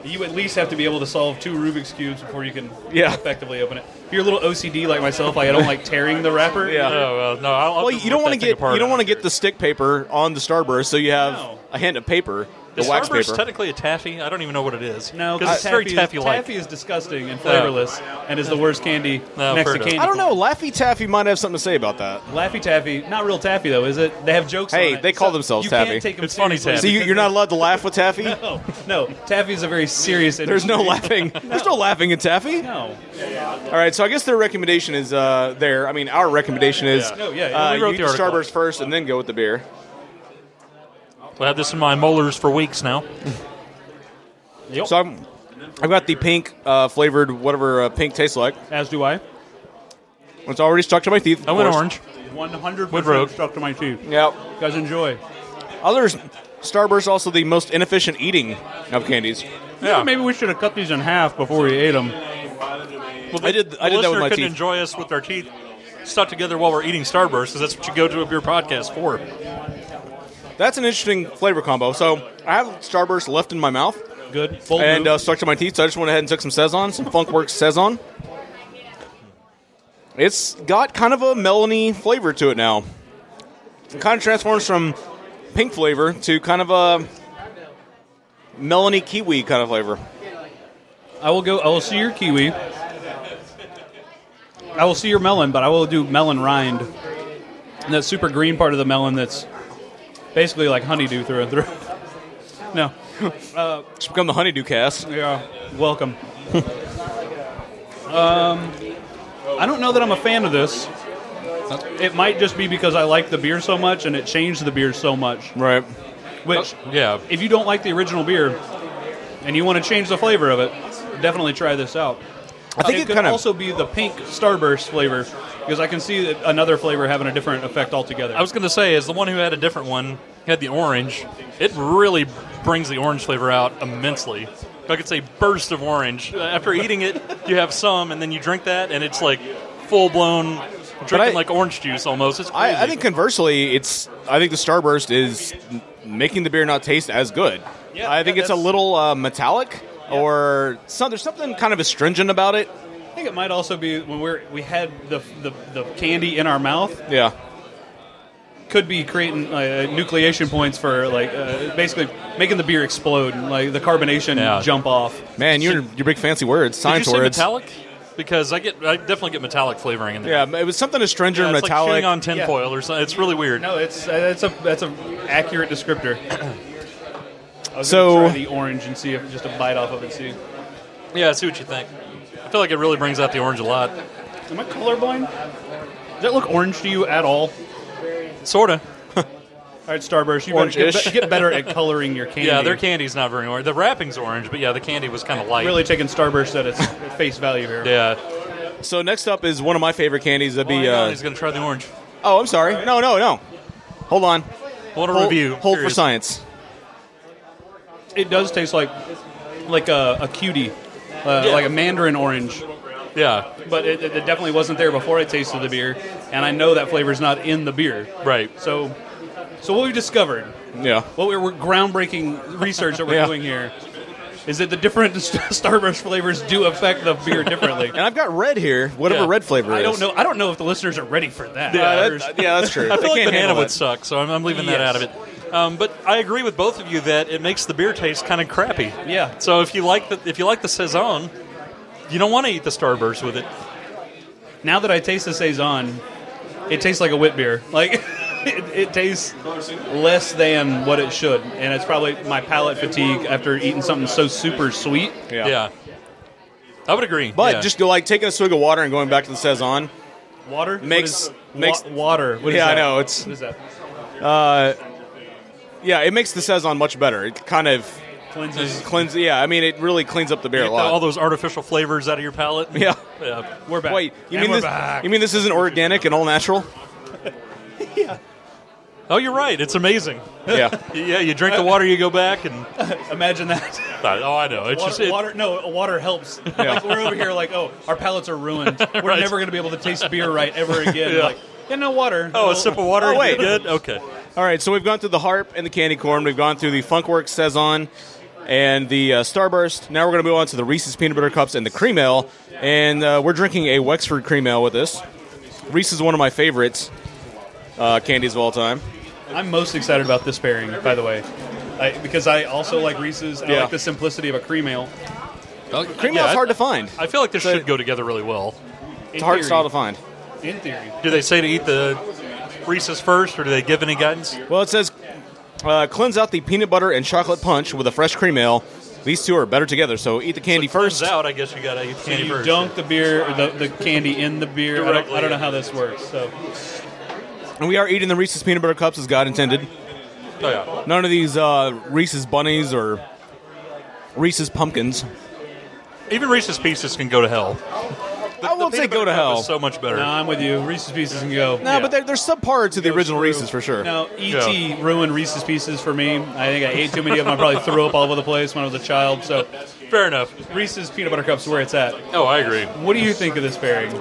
Speaker 4: you at least have to be able to solve two Rubik's cubes before you can
Speaker 2: Yeah.
Speaker 4: effectively open it. If you're a little OCD like myself, like I don't like tearing the wrapper.
Speaker 2: Yeah.
Speaker 3: Oh, well, no. I'll, I'll
Speaker 2: Well,
Speaker 3: just
Speaker 2: you don't
Speaker 3: rip
Speaker 2: want to
Speaker 3: that thing
Speaker 2: get
Speaker 3: apart
Speaker 2: you don't want to
Speaker 3: after.
Speaker 2: get the stick paper on the Starburst, so you have
Speaker 4: No.
Speaker 2: a hint of paper, the
Speaker 3: Is
Speaker 2: wax
Speaker 3: Starburst
Speaker 2: paper.
Speaker 3: technically a taffy? I don't even know what it is.
Speaker 4: No,
Speaker 3: because it's very
Speaker 4: is-
Speaker 3: taffy-like.
Speaker 4: Taffy is disgusting and flavorless, and is the worst candy
Speaker 3: No,
Speaker 4: next
Speaker 3: fair
Speaker 4: to
Speaker 3: enough.
Speaker 4: candy.
Speaker 2: I don't
Speaker 4: corn.
Speaker 2: know. Laffy Taffy might have something to say about that.
Speaker 4: Laffy Taffy, not real Taffy though, is it? They have jokes.
Speaker 2: Hey,
Speaker 4: on it.
Speaker 2: they call themselves
Speaker 4: you
Speaker 2: Taffy.
Speaker 4: Can't take 'em
Speaker 3: It's funny
Speaker 2: So
Speaker 3: Taffy.
Speaker 4: seriously
Speaker 2: you,
Speaker 4: because
Speaker 2: you're not
Speaker 4: they-
Speaker 2: allowed to laugh with Taffy.
Speaker 4: No, no. Taffy is a very
Speaker 2: *laughs*
Speaker 4: serious.
Speaker 2: There's no
Speaker 4: industry.
Speaker 2: laughing. There's no laughing in Taffy.
Speaker 4: No.
Speaker 2: All right, so I guess their recommendation is uh, there. I mean, our recommendation is
Speaker 3: Yeah.
Speaker 4: No, yeah, yeah,
Speaker 2: uh,
Speaker 4: we
Speaker 2: you
Speaker 4: wrote
Speaker 2: eat
Speaker 4: the
Speaker 2: the
Speaker 4: article.
Speaker 2: Starburst first and then go with the beer.
Speaker 3: Well, I have this in my molars for weeks now.
Speaker 2: So I'm, I've got the pink uh, flavored whatever uh, pink tastes like.
Speaker 4: As do I.
Speaker 2: It's already stuck to my teeth. of
Speaker 3: I went
Speaker 2: course.
Speaker 3: orange.
Speaker 4: 100
Speaker 3: Woodrow.
Speaker 4: stuck to my teeth.
Speaker 2: Yep.
Speaker 4: Guys, enjoy.
Speaker 2: Others, Starburst also the most inefficient eating of candies.
Speaker 3: Yeah.
Speaker 4: Maybe we should have cut these in half before we ate them.
Speaker 2: I did. I
Speaker 3: the
Speaker 2: did that with
Speaker 3: listener
Speaker 2: my
Speaker 3: can
Speaker 2: teeth.
Speaker 3: enjoy us with our teeth stuck together while we're eating Starburst, because that's what you go to a beer podcast for.
Speaker 2: That's an interesting flavor combo. So I have Starburst left in my mouth
Speaker 4: Good. Bold
Speaker 2: and
Speaker 4: move.
Speaker 2: uh, stuck to my teeth. So I just went ahead and took some Saison, some Funkworks Saison. It's got kind of a melony flavor to it now. It kind of transforms from pink flavor to kind of a melony kiwi kind of flavor. uh,
Speaker 4: I will go. I will see your kiwi. I will see your melon, but I will do melon rind. And that super green part of the melon that's basically like honeydew through and through. *laughs* no.
Speaker 2: It's become the honeydew cast.
Speaker 4: Yeah. Welcome. um, I don't know that I'm a fan of this. It might just be because I like the beer so much and it changed the beer so much.
Speaker 2: Right.
Speaker 4: Which,
Speaker 3: Yeah.
Speaker 4: if you don't like the original beer and you want to change the flavor of it, definitely try this out.
Speaker 2: I think
Speaker 4: it,
Speaker 2: it
Speaker 4: could
Speaker 2: kind of-
Speaker 4: also be the pink Starburst flavor because I can see that another flavor having a different effect altogether.
Speaker 3: I was going to say, as the one who had a different one had the orange, it really brings the orange flavor out immensely. Like it's a burst of orange. uh, After eating it, you have some, and then you drink that, and it's like full blown
Speaker 2: I-
Speaker 3: drinking like orange juice almost. It's crazy.
Speaker 2: I, I think conversely, it's. I think the Starburst is m- making the beer not taste as good.
Speaker 4: Yeah,
Speaker 2: I think
Speaker 4: yeah,
Speaker 2: it's a
Speaker 4: that's-
Speaker 2: little uh, metallic, or some, there's something kind of astringent about it.
Speaker 4: I think it might also be when we're, we had the, the, the candy in our mouth,
Speaker 2: Yeah,
Speaker 4: could be creating uh, nucleation points for like uh, basically making the beer explode, like the carbonation
Speaker 3: Yeah.
Speaker 4: jump off.
Speaker 2: man, you're your big fancy words,
Speaker 3: Did you
Speaker 2: science
Speaker 3: say
Speaker 2: words.
Speaker 3: metallic? Because I get, I definitely get metallic flavoring in there.
Speaker 2: Yeah, it was something astringent,
Speaker 3: Yeah, it's like
Speaker 2: metallic.
Speaker 3: chewing on tinfoil or something. It's really weird.
Speaker 4: No, it's uh, that's a that's a
Speaker 3: *clears throat*
Speaker 4: accurate descriptor. I was
Speaker 2: So-
Speaker 4: gonna try the orange and see if just a bite off of it. See,
Speaker 3: Yeah, I see what you think. I feel like it really brings out the orange a lot.
Speaker 4: am I colorblind? Does that look orange to you at all?
Speaker 3: Sorta.
Speaker 4: All right, Starburst, you better get,
Speaker 2: Orange-ish.
Speaker 4: be- get better at coloring your
Speaker 3: *laughs*
Speaker 4: candy.
Speaker 3: Yeah, their candy's not very orange. The wrapping's orange, but yeah, the candy was kind of light.
Speaker 4: really taking Starburst at its face value here.
Speaker 3: Yeah.
Speaker 2: So next up is one of my favorite candies. That'd
Speaker 3: Oh,
Speaker 2: be.
Speaker 3: hang on,
Speaker 2: Uh,
Speaker 3: he's gonna try the orange.
Speaker 2: oh, I'm sorry. No, no, no. Hold on.
Speaker 3: What a
Speaker 2: Hold,
Speaker 3: review.
Speaker 2: hold for
Speaker 3: Curious.
Speaker 2: science.
Speaker 4: It does taste like like a, a cutie, uh,
Speaker 3: Yeah.
Speaker 4: like a mandarin orange.
Speaker 3: Yeah.
Speaker 4: but it, it definitely wasn't there before I tasted the beer, and I know that flavor's not in the beer.
Speaker 3: Right.
Speaker 4: So, so what we discovered,
Speaker 2: Yeah.
Speaker 4: what we we're groundbreaking research that we're
Speaker 2: Yeah.
Speaker 4: doing here, is that the different *laughs* st- Starburst flavors do affect the
Speaker 2: *laughs*
Speaker 4: beer differently.
Speaker 2: And I've got red here. Whatever
Speaker 3: Yeah.
Speaker 2: red flavor.
Speaker 4: I
Speaker 2: is.
Speaker 4: don't know. I don't know if the listeners are ready for that.
Speaker 2: Uh, that- yeah, that's true.
Speaker 3: *laughs* I feel like
Speaker 2: can't
Speaker 3: banana
Speaker 2: handle
Speaker 3: would
Speaker 2: that.
Speaker 3: suck, so I'm, I'm leaving that
Speaker 4: Yes.
Speaker 3: out of it. Um, but I agree with both of you that it makes the beer taste kind of crappy.
Speaker 4: Yeah.
Speaker 3: So if you like the if you like the saison, you don't want to eat the starburst with it.
Speaker 4: now that I taste the saison, it tastes like a wit beer. Like. *laughs* It, it tastes less than what it should, and it's probably my palate fatigue after eating something so super sweet.
Speaker 2: Yeah.
Speaker 3: I would agree.
Speaker 2: But
Speaker 3: yeah.
Speaker 2: just go, like taking a swig of water and going back to the saison.
Speaker 4: Water What
Speaker 2: Makes-
Speaker 4: is-
Speaker 2: makes-
Speaker 4: wa- water. What is
Speaker 2: Yeah, I
Speaker 4: that?
Speaker 2: know, it's-
Speaker 4: what is that?
Speaker 2: Yeah, it makes the saison much better. It kind of
Speaker 4: Cleanses.
Speaker 2: cleans. Yeah, I mean, it really cleans up the beer
Speaker 3: get
Speaker 2: a
Speaker 3: the-
Speaker 2: lot.
Speaker 3: all those artificial flavors out of your palate.
Speaker 2: *laughs* yeah.
Speaker 3: Yeah.
Speaker 4: We're back.
Speaker 2: Wait, you
Speaker 4: And
Speaker 2: mean
Speaker 4: we're
Speaker 2: this?
Speaker 4: Back.
Speaker 2: You mean this isn't organic and all
Speaker 3: *laughs*
Speaker 2: natural?
Speaker 3: Oh, you're right. It's amazing.
Speaker 2: Yeah.
Speaker 3: yeah, you drink the water, you go
Speaker 2: *laughs*
Speaker 3: back, and
Speaker 4: Imagine that.
Speaker 3: oh, I know. It's
Speaker 4: Water,
Speaker 3: just it,
Speaker 4: water, no, water helps. *laughs* Like we're over here, like, oh, our palates
Speaker 2: *laughs*
Speaker 4: are ruined. We're
Speaker 3: Right.
Speaker 4: never going to be able to taste beer right ever again.
Speaker 3: Yeah.
Speaker 4: Like, yeah, no water.
Speaker 3: Oh, a sip of water.
Speaker 2: Oh,
Speaker 3: and
Speaker 2: wait.
Speaker 3: you're good. Okay.
Speaker 2: All right, so we've gone through the harp and the candy corn. We've gone through the Funkworks saison and the uh, Starburst. Now we're going to move on to the Reese's peanut butter cups and the cream ale, and uh, we're drinking a Wexford cream ale with this. Reese's is one of my favorites uh, candies of all time.
Speaker 4: I'm most excited about this pairing, by the way, I, because I also like Reese's. And I
Speaker 2: Yeah.
Speaker 4: like the simplicity of a cream ale.
Speaker 2: Cream
Speaker 3: Yeah,
Speaker 2: ale is
Speaker 3: I-
Speaker 2: hard to find.
Speaker 3: I feel like this should go together really well.
Speaker 2: It's a hard
Speaker 4: theory.
Speaker 2: style to find.
Speaker 4: In theory,
Speaker 3: Do they say to eat the Reese's first, or do they give any guidance?
Speaker 2: Well, it says uh, cleanse out the peanut butter and chocolate punch with a fresh cream ale. These two are better together, so eat the candy
Speaker 3: So it comes
Speaker 2: first.
Speaker 3: out, I guess you gotta eat the candy
Speaker 4: you
Speaker 3: first.
Speaker 4: dunk the beer, or the, the candy in the beer. I don't, I
Speaker 3: Directly.
Speaker 4: don't know how this works. So
Speaker 2: And we are eating the Reese's peanut butter cups as God intended.
Speaker 3: Oh, yeah.
Speaker 2: None of these uh, Reese's bunnies or Reese's pumpkins.
Speaker 3: Even Reese's Pieces can go to hell. The,
Speaker 2: I won't
Speaker 3: the
Speaker 2: say
Speaker 3: peanut butter
Speaker 2: go to
Speaker 3: cup
Speaker 2: hell.
Speaker 3: Is so much better.
Speaker 4: No, I'm with you. Reese's Pieces can go.
Speaker 2: No, but they're, they're subpar to the original Reese's for sure.
Speaker 4: No, E.T. ruined Reese's Pieces for me. I think I ate too many of them. I probably threw up all over the place when I was a child. So
Speaker 3: Fair enough.
Speaker 4: Reese's Peanut Butter Cup's where it's at.
Speaker 3: Oh, I agree.
Speaker 4: What do you think of this pairing?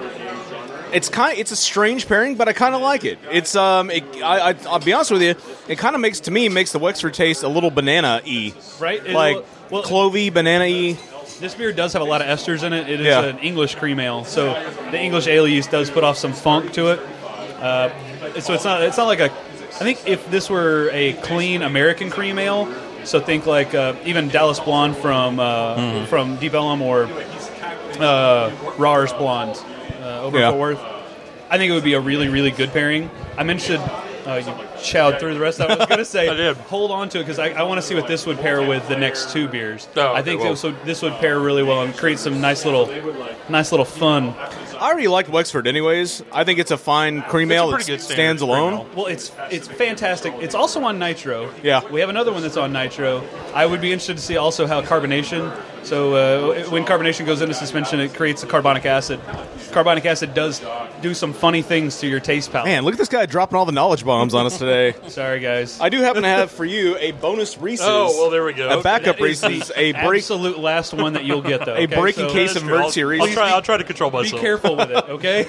Speaker 2: It's kind it's a strange pairing, but I kind of like it. It's um it, I, I I'll be honest with you, it kind of makes to me makes the Wexford taste a little banana y,
Speaker 4: Right? It-
Speaker 2: like
Speaker 4: well-
Speaker 2: clovey banana y.
Speaker 4: This beer does have a lot of esters in it. It is
Speaker 2: Yeah.
Speaker 4: an English cream ale, so the English ale yeast does put off some funk to it. Uh, so it's not it's not like a. I think if this were a clean American cream ale, so think like uh, even Dallas Blonde from uh, from Deep Ellum or uh, Rars Blonde uh, over
Speaker 2: Yeah.
Speaker 4: at Fort Worth. I think it would be a really really good pairing. I'm interested. Uh, you chowed through the rest. of it. I was gonna say,
Speaker 3: I did.
Speaker 4: hold on to it because I, I want to see what this would pair with the next two beers.
Speaker 3: Oh, okay,
Speaker 4: I think
Speaker 3: well-
Speaker 4: this would, this would pair really well and create some nice little, nice little fun.
Speaker 2: I already liked Wexford anyways. I think it's a fine cream
Speaker 3: It's a
Speaker 2: ale that
Speaker 3: pretty good standard
Speaker 2: stands
Speaker 3: cream
Speaker 2: alone.
Speaker 3: ale.
Speaker 4: Well, it's it's fantastic. It's also on nitro.
Speaker 2: Yeah.
Speaker 4: we have another one that's on nitro. I would be interested to see also how carbonation. So uh, when carbonation goes into suspension, it creates a carbonic acid. Carbonic acid does do some funny things to your taste palate.
Speaker 2: Man, look at this guy dropping all the knowledge bombs on us today.
Speaker 4: Sorry, guys.
Speaker 2: I do happen to have for you a bonus Reese's.
Speaker 3: Oh, well, there we go.
Speaker 2: A backup
Speaker 4: That is the
Speaker 2: Reese's, a break
Speaker 4: absolute last one that you'll get though.
Speaker 2: *laughs* A
Speaker 4: okay?
Speaker 2: break in
Speaker 4: So
Speaker 2: case of
Speaker 3: That's true. I'll-
Speaker 2: emergency
Speaker 3: I'll,
Speaker 2: reasons.
Speaker 3: try. I'll try to control
Speaker 4: Be
Speaker 3: myself.
Speaker 4: careful with it,
Speaker 2: *laughs*
Speaker 4: okay?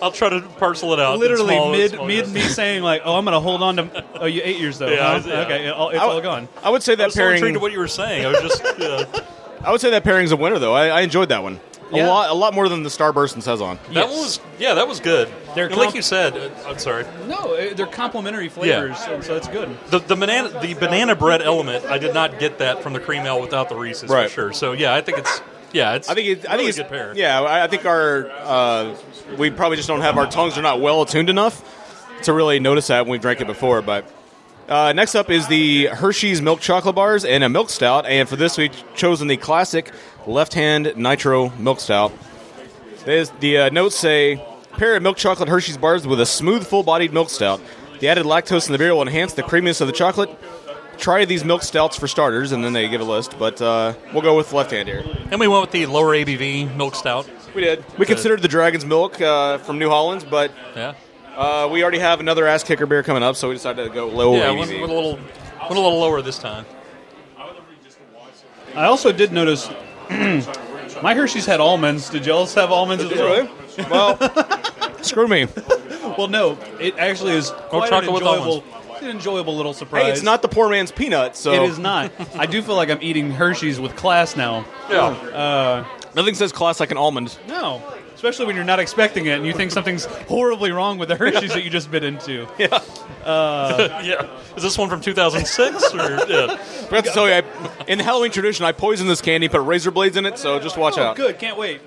Speaker 3: I'll try to parcel it out. in
Speaker 4: literally
Speaker 3: small-
Speaker 4: mid
Speaker 3: small
Speaker 4: mid me
Speaker 3: doses.
Speaker 4: saying like, "Oh, I'm gonna hold on to." Oh, you ate yours though.
Speaker 3: Yeah,
Speaker 4: huh?
Speaker 3: I- yeah.
Speaker 4: Okay, it all- it's
Speaker 2: I
Speaker 4: all
Speaker 2: would-
Speaker 4: gone.
Speaker 2: I would say
Speaker 3: I
Speaker 2: that
Speaker 3: was so intrigued
Speaker 2: pairing.
Speaker 3: at what you were saying. I was just yeah.
Speaker 2: I would say that pairing's a winner though. I, I enjoyed that one a
Speaker 4: Yeah.
Speaker 2: lot, a lot more than the Starburst and Saison.
Speaker 3: that one was yeah that was good.
Speaker 4: They're
Speaker 3: And like
Speaker 4: comp-
Speaker 3: you said, uh, I'm sorry.
Speaker 4: No, eh, they're complementary flavors, and so it's good.
Speaker 3: The, the banana the banana bread element. I did not get that from the cream ale without the Reese's
Speaker 2: Right.
Speaker 3: for sure. So yeah, I think it's yeah it's
Speaker 2: I think it, I
Speaker 3: really
Speaker 2: think it's
Speaker 3: good pair.
Speaker 2: yeah. I I think our uh, we probably just don't have our tongues are not well attuned enough to really notice that when we've drank it before. But uh, next up is the Hershey's milk chocolate bars and a milk stout. And for this we've chosen the classic left hand nitro milk stout. There's, the uh, notes say pair of milk chocolate Hershey's bars with a smooth, full bodied milk stout. The added lactose in the beer will enhance the creaminess of the chocolate. Try these milk stouts for starters, and then they give a list. But uh, we'll go with left hand here.
Speaker 3: And we went with the lower ABV milk stout.
Speaker 2: We did. We considered the Dragon's Milk uh, from New Holland, but
Speaker 3: Yeah.
Speaker 2: uh, we already have another ass kicker beer coming up, so we decided to go low
Speaker 3: Yeah,
Speaker 2: ABV.
Speaker 3: went, went a little went a little lower this time.
Speaker 4: I also did notice *clears throat* my Hershey's had almonds. Did y'all have almonds as
Speaker 2: Is it
Speaker 4: well?
Speaker 2: really? Well, screw me.
Speaker 4: Well, no, it actually is quite an
Speaker 3: chocolate with
Speaker 4: enjoyable, an enjoyable little surprise.
Speaker 2: Hey, it's not the poor man's peanut, so
Speaker 4: It is not. I do feel like I'm eating Hershey's with class now.
Speaker 3: Yeah.
Speaker 2: nothing says class like an almond.
Speaker 4: No, especially when you're not expecting it and you think something's horribly wrong with the Hershey's that you just bit into.
Speaker 3: yeah. Is this one from 2006 or yeah.
Speaker 2: I forgot to tell you, I, in the Halloween tradition, I poisoned this candy, put razor blades in it, so just watch
Speaker 4: oh,
Speaker 2: out.
Speaker 4: good. Can't wait.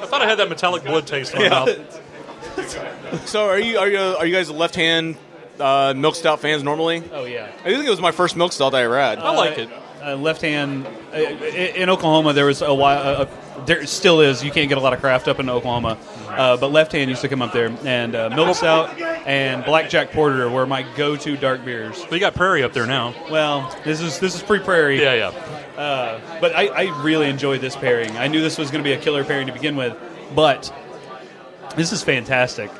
Speaker 3: I thought I had that metallic blood taste in my mouth.
Speaker 2: So, are you are you are you guys left hand uh, milk stout fans normally?
Speaker 4: Oh yeah.
Speaker 2: I think it was my first milk stout I ever had.
Speaker 3: I like it.
Speaker 4: Uh, left hand uh, in Oklahoma, there was a while. Uh, there still is. You can't get a lot of craft up in Oklahoma, uh, but left hand used to come up there, and uh, milk stout and blackjack porter were my go-to dark beers.
Speaker 3: But you got prairie up there now.
Speaker 4: Well, this is this is pre-prairie,
Speaker 3: Yeah, yeah.
Speaker 4: but I, I really enjoyed this pairing. I knew this was going to be a killer pairing to begin with, but this is fantastic.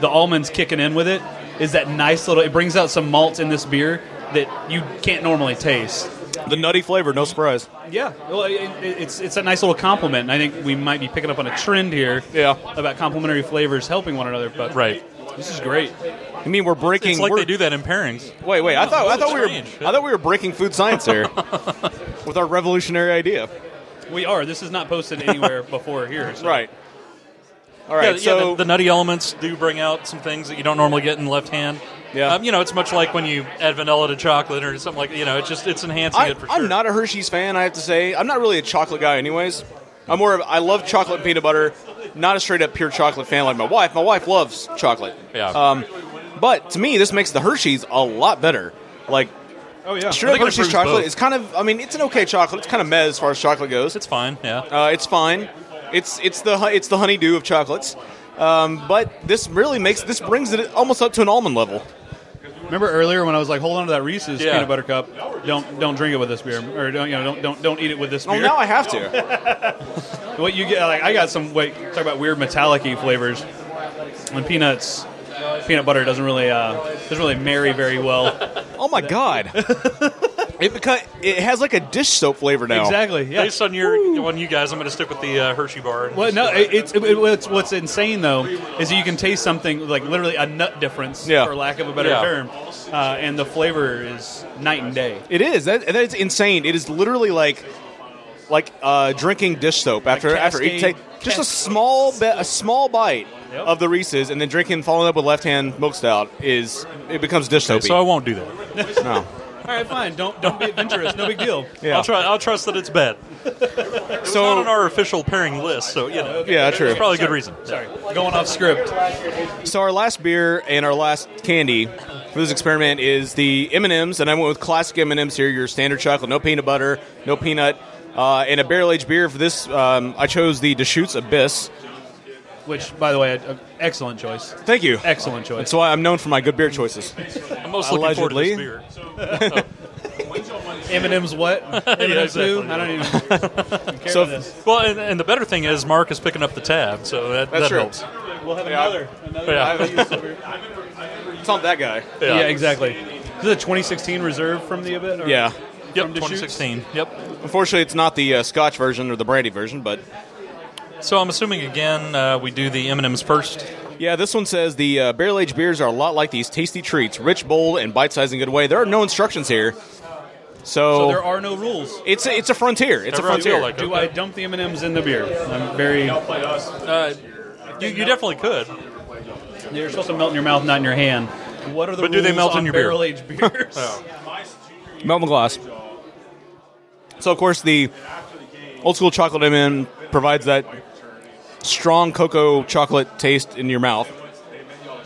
Speaker 4: The almonds kicking in with it is that nice little. It brings out some malts in this beer that you can't normally taste.
Speaker 2: The nutty flavor, no surprise.
Speaker 4: Yeah, well, it, it- it's it's a nice little compliment, and I think we might be picking up on a trend here.
Speaker 2: Yeah.
Speaker 4: about complementary flavors helping one another. But
Speaker 3: Right.
Speaker 4: this is great.
Speaker 2: I mean, we're breaking.
Speaker 3: It's like
Speaker 2: we're-
Speaker 3: they do that in pairings.
Speaker 2: Wait, wait. I thought I thought we were
Speaker 3: Strange.
Speaker 2: I thought we were breaking food science
Speaker 3: *laughs*
Speaker 2: here with our revolutionary idea.
Speaker 4: We are. This is not posted anywhere before here. So.
Speaker 2: Right. All right.
Speaker 3: yeah, yeah
Speaker 2: so
Speaker 3: the, the nutty elements do bring out some things that you don't normally get in left hand.
Speaker 2: Yeah.
Speaker 3: Um, you know, it's much like when you add vanilla to chocolate or something like you know, it's just it's enhancing
Speaker 2: I,
Speaker 3: it for sure.
Speaker 2: I'm not a Hershey's fan. I have to say, I'm not really a chocolate guy, anyways. I'm more. Of, I love chocolate and peanut butter. Not a straight up pure chocolate fan like my wife. My wife loves chocolate.
Speaker 3: Yeah.
Speaker 2: Um, but to me, this makes the Hershey's a lot better. Like
Speaker 4: Oh yeah.
Speaker 2: straight up
Speaker 3: think it
Speaker 2: Hershey's
Speaker 3: improves
Speaker 2: chocolate
Speaker 3: both.
Speaker 2: is kind of. I mean, it's an okay chocolate. It's kind of meh as far as chocolate goes.
Speaker 3: it's fine, yeah.
Speaker 2: Uh, it's fine. It's it's the hu- it's the honeydew of chocolates. Um, but this really makes this brings it almost up to an almond level.
Speaker 4: Remember earlier when I was like, hold on to that Reese's
Speaker 3: Yeah.
Speaker 4: peanut butter cup. Don't don't drink it with this beer, or don't you know don't don't, don't eat it with this
Speaker 2: Oh,
Speaker 4: beer.
Speaker 2: now I have to.
Speaker 4: What you get? Like I got some. Wait, talk about weird metallic-y flavors. When peanuts, peanut butter doesn't really uh, doesn't really marry very well.
Speaker 2: Oh my
Speaker 3: *laughs*
Speaker 2: god. It beca- it has like a dish soap flavor now.
Speaker 4: Exactly. Yeah.
Speaker 3: Based on your on you guys, I'm going to stick with the uh, Hershey bar. and
Speaker 4: Well,
Speaker 3: just
Speaker 4: no,
Speaker 3: go back.
Speaker 4: it, it's, it, what's, what's insane though is that you can taste something like literally a nut difference,
Speaker 2: Yeah.
Speaker 4: for lack of a better
Speaker 3: Yeah.
Speaker 4: term, uh, and the flavor is night and day.
Speaker 2: It is. That, that is insane. It is literally like like uh, drinking dish soap after after each
Speaker 4: Cascade-
Speaker 2: take. Just a small bit, a small bite
Speaker 4: Yep.
Speaker 2: of the Reese's, and then drinking, following up with left hand milk stout is it becomes dish soapy.
Speaker 3: so I won't do that.
Speaker 2: no.
Speaker 4: All right, fine. Don't don't be adventurous. No big deal.
Speaker 2: Yeah.
Speaker 3: I'll try. I'll trust that it's bad. It's not on
Speaker 2: so
Speaker 3: our official pairing list, so you know.
Speaker 2: yeah, true.
Speaker 3: It's probably a good reason.
Speaker 4: Sorry, going off script.
Speaker 2: So our last beer and our last candy for this experiment is the M and M's, and I went with classic M and M's here. Your standard chocolate, no peanut butter, no peanut, uh, and a barrel aged beer for this. Um, I chose the Deschutes Abyss.
Speaker 4: Which, by the way, a- a- excellent choice.
Speaker 2: Thank you.
Speaker 4: Excellent choice.
Speaker 2: That's why I'm known for my good beer choices.
Speaker 3: I'm most looking
Speaker 2: Allegedly.
Speaker 3: forward to this beer.
Speaker 4: M and
Speaker 2: *laughs*
Speaker 4: M's what? M&M's
Speaker 3: exactly.
Speaker 4: who? I don't even. I don't care
Speaker 2: So-
Speaker 4: about this.
Speaker 3: Well, and, and the better thing is Mark is picking up the tab, so that,
Speaker 2: That's
Speaker 3: that
Speaker 2: true.
Speaker 3: helps.
Speaker 4: We'll have
Speaker 2: Yeah.
Speaker 4: another. another
Speaker 3: Yeah.
Speaker 4: yeah.
Speaker 2: It's not that guy.
Speaker 3: Yeah.
Speaker 4: exactly. This is a 2016 reserve from the event. Or?
Speaker 2: Yeah.
Speaker 3: Yep,
Speaker 4: From Deschutes?
Speaker 3: 2016. Yep.
Speaker 2: Unfortunately, it's not the uh, Scotch version or the brandy version, but
Speaker 3: So I'm assuming again uh, we do the M&Ms first.
Speaker 2: yeah, this one says the uh, barrel aged beers are a lot like these tasty treats, rich, bold, and bite sized in a good way. There are no instructions here,
Speaker 4: So
Speaker 2: so,
Speaker 4: there are no rules.
Speaker 2: it's a, it's a frontier. It's a
Speaker 3: Everyone
Speaker 2: frontier.
Speaker 3: feel like
Speaker 4: Do
Speaker 3: okay.
Speaker 4: I dump the M and M's in the beer? I'm very.
Speaker 3: Uh, you, you definitely could.
Speaker 4: They're supposed to melt in your mouth, not in your hand. What are the
Speaker 3: But do they
Speaker 4: rules
Speaker 3: melt in
Speaker 4: on
Speaker 3: your beer? *laughs* Oh.
Speaker 4: barrel-aged beers?
Speaker 2: Melvin Gloss. So, of course, the old school chocolate M&M provides that strong cocoa chocolate taste in your mouth.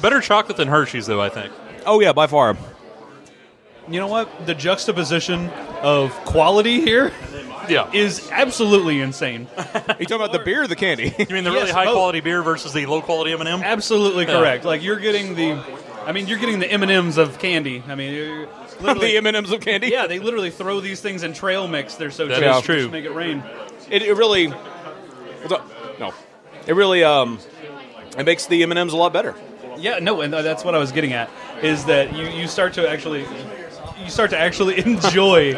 Speaker 3: Better chocolate than Hershey's, though I think.
Speaker 2: Oh yeah, by far.
Speaker 4: You know what? The juxtaposition of quality here
Speaker 3: Yeah.
Speaker 4: is absolutely insane.
Speaker 2: Are you talking about the beer or the candy? *laughs*
Speaker 3: You mean the
Speaker 4: Yes,
Speaker 3: really high
Speaker 4: both.
Speaker 3: quality beer versus the low quality M&M?
Speaker 4: Absolutely
Speaker 3: Yeah.
Speaker 4: correct. Like you're getting the, I mean, you're getting the M and M's of candy. I
Speaker 3: *laughs*
Speaker 4: mean, you're literally-
Speaker 2: the M&Ms of candy?
Speaker 4: Yeah, they literally throw these things in trail mix. They're so
Speaker 3: That
Speaker 4: cheap.
Speaker 3: is
Speaker 4: Just
Speaker 3: true.
Speaker 4: Make it rain.
Speaker 2: It, it really What's up? No. It really um it makes the M&Ms a lot better.
Speaker 4: Yeah, no, and uh, that's what I was getting at is that you, you start to actually you start to actually *laughs* enjoy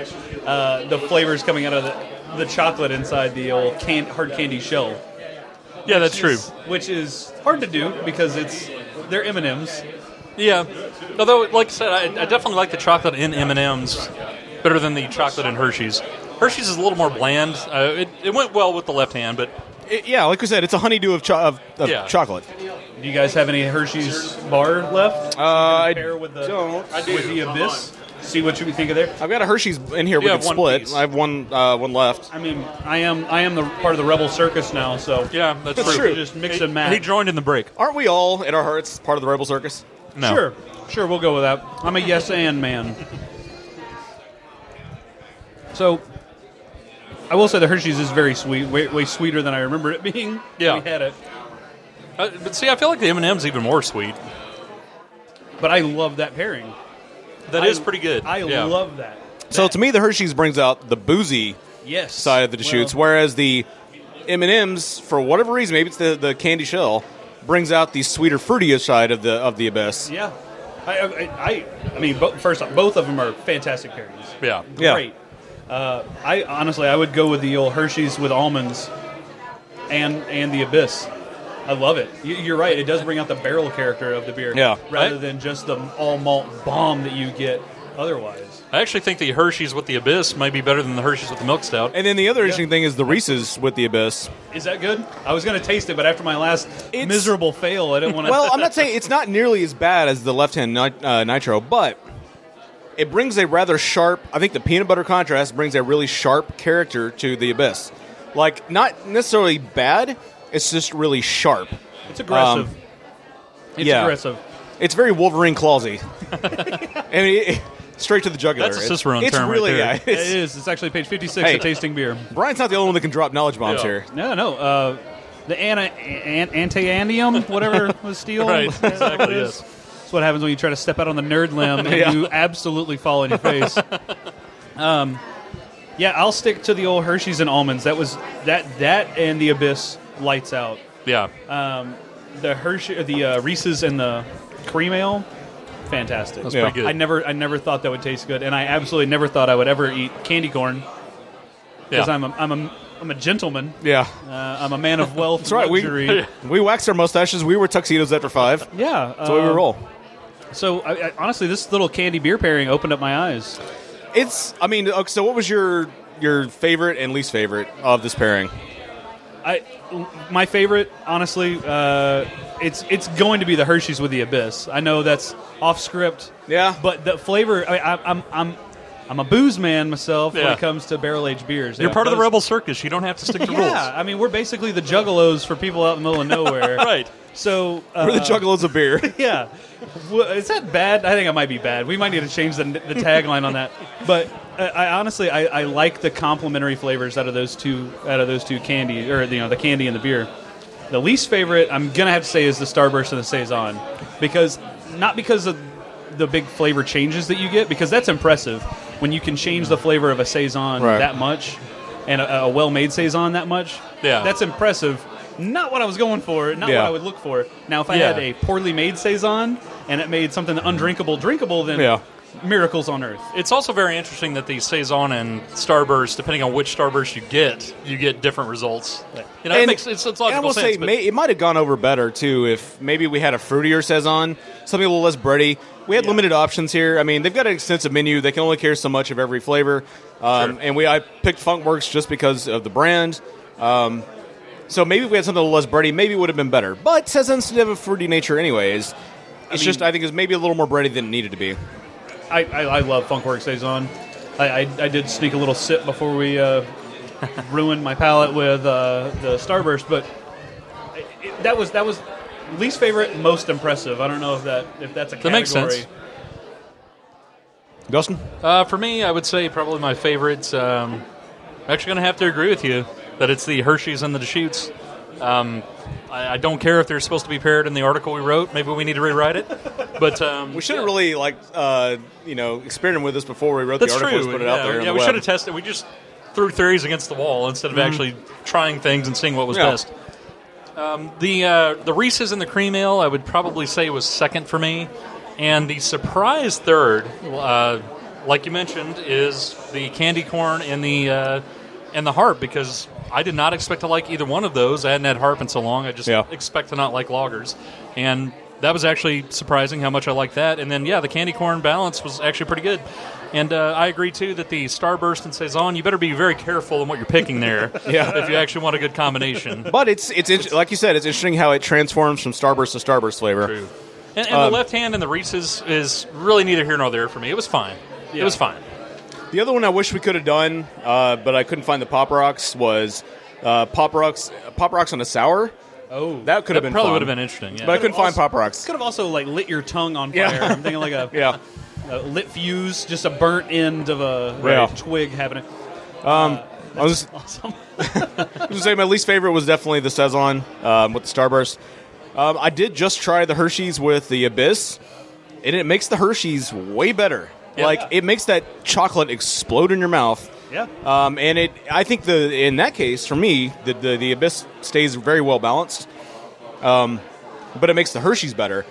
Speaker 4: uh, the flavors coming out of the, the chocolate inside the old can, hard candy shell.
Speaker 3: Yeah, that's true.
Speaker 4: Which is hard to do because it's they're M and M's.
Speaker 3: Yeah. Although, like I said, I, I definitely like the chocolate in M&Ms better than the chocolate in Hershey's. Hershey's is a little more bland. Uh, it, it went well with the left hand, but
Speaker 2: It- yeah, like we said, it's a honeydew of, cho- of, of
Speaker 3: Yeah.
Speaker 2: chocolate.
Speaker 4: Do you guys have any Hershey's bar left?
Speaker 2: Uh, I
Speaker 4: Pair with the
Speaker 2: don't.
Speaker 4: with the abyss. See what you think of there.
Speaker 2: I've got a Hershey's in here.
Speaker 3: You
Speaker 2: we
Speaker 3: have
Speaker 2: can
Speaker 3: one
Speaker 2: split.
Speaker 3: piece.
Speaker 2: I have one uh, one left.
Speaker 4: I mean, I am I am the part of the rebel circus now, so
Speaker 3: yeah, that's,
Speaker 4: *laughs*
Speaker 2: That's
Speaker 3: true.
Speaker 2: true.
Speaker 4: just mix
Speaker 3: He-
Speaker 4: and match.
Speaker 3: He joined in the break.
Speaker 2: Aren't we all in our hearts part of the Rebel Circus?
Speaker 3: No.
Speaker 4: Sure, sure, we'll go with that. I'm a yes and man. So, I will say the Hershey's is very sweet, way, way sweeter than I remember it being. when
Speaker 3: *laughs* Yeah.
Speaker 4: we had it,
Speaker 3: Uh, but see, I feel like the M&M's even more sweet.
Speaker 4: but I love that pairing.
Speaker 3: That is
Speaker 4: I-
Speaker 3: pretty good.
Speaker 4: I
Speaker 3: yeah.
Speaker 4: love that.
Speaker 2: So to me, the Hershey's brings out the boozy
Speaker 4: Yes,
Speaker 2: side of the shoots,
Speaker 4: Well,
Speaker 2: whereas the M and M's, for whatever reason, maybe it's the, the candy shell, brings out the sweeter, fruitier side of the of the abyss.
Speaker 4: yeah, I, I, I, I mean, bo- first off, both of them are fantastic pairings.
Speaker 3: Yeah.
Speaker 2: Yeah.
Speaker 4: Great. Uh, I honestly, I would go with the old Hershey's with almonds, and and the Abyss. I love it. You, you're right. It does bring out the barrel character of the beer,
Speaker 2: Yeah.
Speaker 4: rather
Speaker 3: Right.
Speaker 4: than just the all malt bomb that you get otherwise.
Speaker 3: I actually think the Hershey's with the Abyss might be better than the Hershey's with the Milk Stout.
Speaker 4: Uh,
Speaker 2: And then the other interesting thing is the Reese's with the abyss.
Speaker 4: Is that good? I was going to taste it, but after my last
Speaker 2: It's-
Speaker 4: miserable fail, I didn't want to.
Speaker 2: Well, I'm not saying it's not nearly as bad as the left hand nit- uh, nitro, but it brings a rather sharp. I think the peanut butter contrast brings a really sharp character to the abyss. Like not necessarily bad, it's just really sharp.
Speaker 4: *laughs* it's aggressive.
Speaker 2: um,
Speaker 4: it's
Speaker 2: yeah.
Speaker 4: aggressive.
Speaker 2: It's very Wolverine clawsy. I mean, it- straight to the jugular.
Speaker 3: That's a
Speaker 2: It's-
Speaker 3: Cicerone
Speaker 2: it's
Speaker 3: term right
Speaker 2: really,
Speaker 3: there.
Speaker 2: yeah,
Speaker 4: It
Speaker 2: it's-
Speaker 4: is. It's actually page 56
Speaker 2: Hey.
Speaker 4: of tasting beer.
Speaker 2: Brian's not the only one that can drop knowledge bombs
Speaker 3: Yeah.
Speaker 2: here.
Speaker 4: No, no. Uh, the anti antianium, whatever was steel.
Speaker 3: *laughs* Right,
Speaker 4: Is that what
Speaker 3: exactly,
Speaker 4: it is?
Speaker 3: yes.
Speaker 4: That's what happens when you try to step out on the nerd
Speaker 3: *laughs*
Speaker 4: limb and
Speaker 2: Yeah.
Speaker 4: you absolutely fall on your face. um, yeah, I'll stick to the old Hershey's and almonds. That was that that and the Abyss lights out.
Speaker 3: Yeah.
Speaker 4: The Hershey, the uh, Reese's and the cream ale, fantastic.
Speaker 3: That's
Speaker 2: Yeah.
Speaker 3: pretty good.
Speaker 4: I never, I never thought that would taste good, and I absolutely never thought I would ever eat candy corn
Speaker 3: yeah.
Speaker 4: because I'm a, I'm a, I'm a gentleman.
Speaker 2: Yeah,
Speaker 4: Uh, I'm a man of wealth.
Speaker 2: *laughs* that's right. We
Speaker 4: luxury.
Speaker 2: we waxed our mustaches. We were tuxedos after five. That's
Speaker 4: yeah.
Speaker 2: the way we
Speaker 3: Uh-huh.
Speaker 4: um,
Speaker 2: roll.
Speaker 4: So I, I, honestly, this little candy beer pairing opened up my eyes.
Speaker 2: It's. I mean, okay, so what was your your favorite and least favorite of this pairing?
Speaker 4: I, my favorite, honestly, uh, it's it's going to be the Hershey's with the Abyss. I know that's off script.
Speaker 2: Yeah.
Speaker 4: But the flavor, I, I, I'm I'm I'm a booze man myself when
Speaker 3: Yeah.
Speaker 4: it comes to barrel aged beers.
Speaker 3: You're
Speaker 4: Yeah.
Speaker 3: part of the
Speaker 4: Those-
Speaker 3: rebel circus. You don't have to stick to
Speaker 4: *laughs* Yeah,
Speaker 3: rules.
Speaker 4: I mean we're basically the Juggalos for people out in the middle of
Speaker 2: *laughs*
Speaker 4: nowhere.
Speaker 3: Right.
Speaker 4: So uh,
Speaker 2: We're the juggalos of
Speaker 3: *laughs*
Speaker 2: beer.
Speaker 4: *laughs* Yeah. Well, is that bad? I think it might be bad. We might need to change the, the tagline on that. But I, I honestly, I, I like the complementary flavors out of those two out of those two candy, or you know, the candy and the beer. The least favorite, I'm gonna have to say, is the Starburst and the saison, because not because of the big flavor changes that you get, because that's impressive when you can change the flavor of a saison
Speaker 2: Right.
Speaker 4: that much and a, a well-made saison that much.
Speaker 3: Yeah.
Speaker 4: that's impressive. Not what I was going for. Not
Speaker 2: Yeah.
Speaker 4: what I would look for. Now, if I
Speaker 3: Yeah.
Speaker 4: had a poorly made saison and it made something undrinkable drinkable, then
Speaker 2: Yeah.
Speaker 4: miracles on earth.
Speaker 3: It's also very interesting that the saison and starburst, depending on which starburst you get, you get different results. You know, it
Speaker 2: And-
Speaker 3: makes it's, it's
Speaker 2: and I
Speaker 3: logical
Speaker 2: will
Speaker 3: sense.
Speaker 2: say
Speaker 3: but-
Speaker 2: may, it might have gone over better too if maybe we had a fruitier saison, something a little less bready. We had limited options here. I mean, they've got an extensive menu; they can only carry so much of every flavor. Um,
Speaker 3: Sure.
Speaker 2: And we I picked Funkworks just because of the brand. Um, so maybe if we had something a little less bready, maybe it would have been better. But saisons tend to have a fruity nature, anyways. It's just I think it's maybe a little more bready than it needed to be.
Speaker 4: I, I, I love Funkworks saison. I, I, I did sneak a little sip before
Speaker 2: *laughs*
Speaker 4: we uh, ruined my palate with uh, the starburst, but it, it- that was that was least favorite, most impressive. I don't know if that if that's a
Speaker 3: That
Speaker 4: category.
Speaker 3: makes sense.
Speaker 2: Dustin,
Speaker 3: Uh, for me, I would say probably my favorite. Um, I'm actually going to have to agree with you that it's the Hershey's and the Deschutes. Um, I, I don't care if they're supposed to be paired in the article we wrote. Maybe we need to rewrite it. But um,
Speaker 2: we should have
Speaker 3: yeah.
Speaker 2: really like uh, you know experimented with this before we wrote
Speaker 3: That's
Speaker 2: the article.
Speaker 3: true.
Speaker 2: and put it
Speaker 3: yeah,
Speaker 2: out there. on
Speaker 3: yeah,
Speaker 2: the
Speaker 3: we
Speaker 2: web. Mm-hmm.
Speaker 3: should have tested. We just threw theories against the wall instead of actually trying things and seeing what was
Speaker 2: Yeah.
Speaker 3: best. Um, the uh, the Reese's and the cream ale, I would probably say was second for me, and the surprise third, uh, like you mentioned, is the candy corn and the uh, and the harp because I did not expect to like either one of those. I hadn't had harp in so long. I just
Speaker 2: Yeah.
Speaker 3: expect to not like loggers, and that was actually surprising how much I liked that. And then yeah, the candy corn balance was actually pretty good. And uh, I agree too that the starburst and saison, you better be very careful in what you're picking there.
Speaker 2: *laughs* Yeah.
Speaker 3: if you actually want a good combination.
Speaker 2: But it's it's, int like you said, it's interesting how it transforms from Starburst to Starburst flavor.
Speaker 3: True. And, and
Speaker 2: Um,
Speaker 3: the left hand and the Reese's is really neither here nor there for me. It was fine. It was fine.
Speaker 2: The other one I wish we could have done, uh, but I couldn't find the Pop Rocks was uh, Pop Rocks Pop Rocks on a sour.
Speaker 4: Oh,
Speaker 2: That could have
Speaker 3: That
Speaker 2: been
Speaker 3: probably
Speaker 2: fun.
Speaker 3: would have been interesting. Yeah.
Speaker 2: But I couldn't find
Speaker 4: Also-
Speaker 2: Pop Rocks.
Speaker 4: Could have also like lit your tongue on fire.
Speaker 2: Yeah.
Speaker 4: I'm thinking like a
Speaker 2: *laughs* Yeah.
Speaker 4: a lit fuse, just a burnt end of a
Speaker 2: Yeah. Um,
Speaker 4: twig happening.
Speaker 2: I was just,
Speaker 4: *laughs* Awesome.
Speaker 2: I was gonna say my least favorite was definitely the saison um, with the Starburst. Um, I did just try the Hershey's with the Abyss, and it makes the Hershey's way better.
Speaker 3: Yeah.
Speaker 2: Like it makes that chocolate explode in your mouth.
Speaker 4: Yeah.
Speaker 2: Um, and it, I think the in that case for me, the the, the abyss stays very well balanced. Um, but it makes the Hershey's better,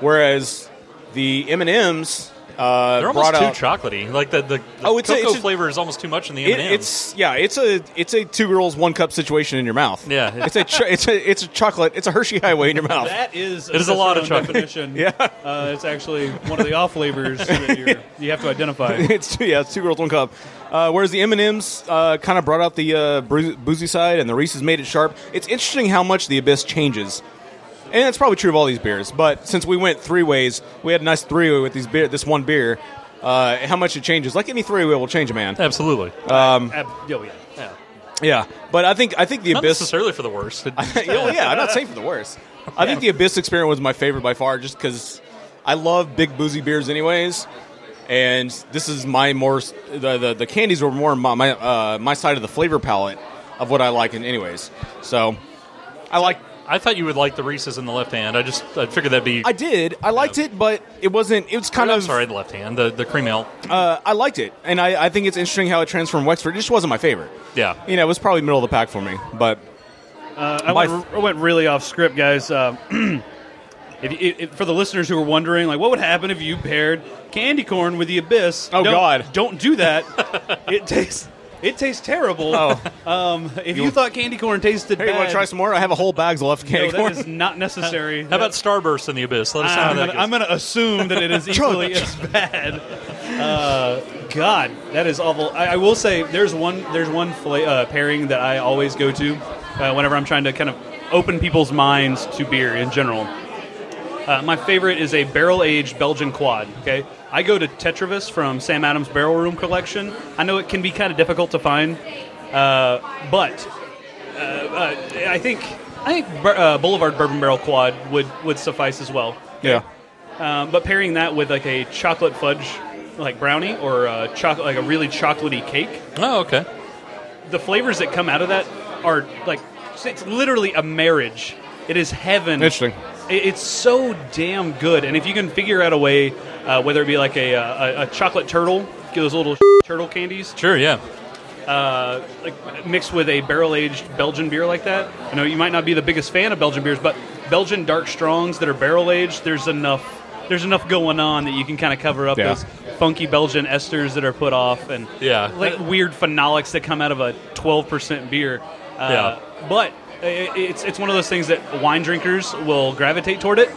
Speaker 2: whereas the M and M's uh,
Speaker 3: They're almost
Speaker 2: brought
Speaker 3: too
Speaker 2: out.
Speaker 3: chocolately. Like the, the, the
Speaker 2: Oh, it's a-
Speaker 3: cocoa
Speaker 2: it's a-
Speaker 3: flavor is almost too much in the
Speaker 2: it,
Speaker 3: M&Ms.
Speaker 2: it's yeah, it's a it's a two girls one cup situation in your mouth.
Speaker 3: Yeah.
Speaker 2: it's a cho- it's a it's a chocolate. It's a Hershey highway in your mouth. *laughs*
Speaker 4: That is
Speaker 3: It is a lot of
Speaker 4: testosterone
Speaker 3: chocolate.
Speaker 4: definition.
Speaker 2: Yeah.
Speaker 4: uh, it's actually one of the off flavors that you're, you have
Speaker 2: *laughs*
Speaker 4: to identify.
Speaker 2: it's two, yeah, it's two girls one cup. Uh, whereas the M and M's uh, kind of brought out the uh, bru- boozy side, and the Reese's made it sharp. It's interesting how much the Abyss changes, and that's probably true of all these beers. But since we went three ways, we had a nice three way with these beer, this one beer. Uh, how much it changes? Like any three way will change a man.
Speaker 3: Absolutely.
Speaker 2: Uh,
Speaker 4: Ab- oh, yeah.
Speaker 3: yeah.
Speaker 2: Yeah, but I think I think the
Speaker 3: Not
Speaker 2: Abyss.
Speaker 3: necessarily for
Speaker 2: *laughs*
Speaker 3: the worst. It-
Speaker 2: yeah, yeah, I'm not saying for the worst. I think the Abyss experiment was my favorite by far, just because I love big boozy beers, anyways. And this is my more the the, the candies were more my my, uh, my side of the flavor palette of what I like, in anyways. So I like
Speaker 3: I thought you would like the Reese's in the left hand. I just I figured that'd be.
Speaker 2: I did. I liked it, but it wasn't. It was kind
Speaker 3: am
Speaker 2: of.
Speaker 3: sorry, the left hand, the the cream ale.
Speaker 2: Uh, I liked it, and I, I think it's interesting how it transformed Wexford. It just wasn't my favorite.
Speaker 3: Yeah.
Speaker 2: You know, it was probably middle of the pack for me, but
Speaker 4: Uh, I,
Speaker 2: My
Speaker 4: went, I went really off script, guys. Um, *clears throat* if, you- if, for the listeners who are wondering, like, what would happen if you paired candy corn with the abyss?
Speaker 2: Oh,
Speaker 4: Don't-
Speaker 2: God.
Speaker 4: Don't
Speaker 2: *laughs*
Speaker 4: do that. it tastes. It tastes terrible. Um, if you, thought candy corn tasted
Speaker 2: Oh. hey, you
Speaker 4: bad,
Speaker 2: want to try some more? I have a whole bag's left. of
Speaker 4: no,
Speaker 2: Candy corn.
Speaker 4: that is not necessary.
Speaker 3: How about Starburst in the Abyss? Let us know how
Speaker 4: I'm
Speaker 3: that
Speaker 4: gonna,
Speaker 3: Ah, goes.
Speaker 4: I'm gonna assume that it is equally as bad. Uh, God, that is awful. I, I will say there's one there's one fla- uh, pairing that I always go to uh, whenever I'm trying to kind of open people's minds to beer in general. Uh, my favorite is a barrel aged Belgian quad. Okay, I go to Tetravis from Sam Adams Barrel Room Collection. I know it can be kind of difficult to find, uh, but uh, uh, I think I think Bur- uh, Boulevard Bourbon Barrel Quad would would suffice as well.
Speaker 2: yeah.
Speaker 4: Um, but pairing that with like a chocolate fudge, like brownie or a choc- like a really chocolatey cake,
Speaker 3: oh, okay.
Speaker 4: the flavors that come out of that are like it's literally a marriage. It is heaven.
Speaker 2: Interesting.
Speaker 4: It- It's so damn good, and if you can figure out a way, uh, whether it be like a, uh, a, a chocolate turtle, get those little *laughs* turtle candies,
Speaker 3: Sure. Yeah.
Speaker 4: uh, like mixed with a barrel-aged Belgian beer like that. I know you might not be the biggest fan of Belgian beers, but Belgian dark strongs that are barrel-aged, there's enough there's enough going on that you can kind of cover up
Speaker 2: Yeah.
Speaker 4: those funky Belgian esters that are put off and
Speaker 3: Yeah.
Speaker 4: like weird phenolics that come out of a 12% beer. Uh, But i- i- it's it's one of those things that wine drinkers will gravitate toward it.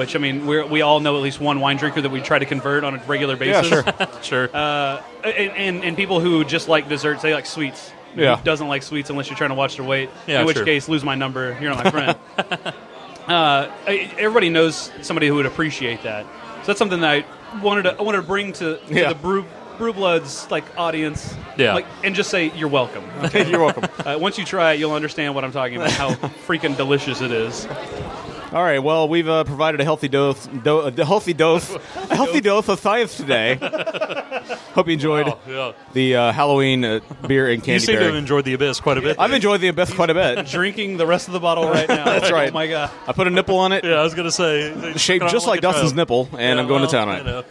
Speaker 4: Which I mean, we we all know at least one wine drinker that we try to convert on a regular basis
Speaker 2: sure.
Speaker 4: *laughs*
Speaker 3: Sure.
Speaker 4: uh, and, and and people who just like desserts, they like sweets.
Speaker 2: Yeah.
Speaker 4: Who doesn't like sweets unless you're trying to watch their weight.
Speaker 3: Yeah,
Speaker 4: in which
Speaker 3: true.
Speaker 4: case, lose my number. You're not my
Speaker 2: *laughs*
Speaker 4: friend. uh, I- everybody knows somebody who would appreciate that. So that's something that I wanted to I wanted to bring to, to
Speaker 2: Yeah.
Speaker 4: the brew. Brewbloods like audience,
Speaker 3: Yeah.
Speaker 4: like, and just say you're welcome.
Speaker 2: *laughs* You're welcome.
Speaker 4: Uh, once you try it, you'll understand what I'm talking about.
Speaker 2: *laughs*
Speaker 4: How freaking delicious it is!
Speaker 2: All right. Well, we've uh, provided a healthy dose, do, a healthy
Speaker 3: *laughs*
Speaker 2: dose, a healthy dose of science today. Hope you enjoyed
Speaker 3: yeah.
Speaker 2: the uh, Halloween uh, beer and
Speaker 3: You
Speaker 2: candy.
Speaker 3: seem to have
Speaker 2: pairing.
Speaker 3: enjoyed the Abyss quite a bit.
Speaker 2: I've enjoyed the abyss quite a bit.
Speaker 4: Drinking the rest of the bottle right now.
Speaker 2: *laughs* That's right.
Speaker 4: Oh my god!
Speaker 2: I put a nipple on it,
Speaker 3: yeah, I was gonna say uh,
Speaker 2: shaped just like Dustin's nipple, and I'm going to town on it.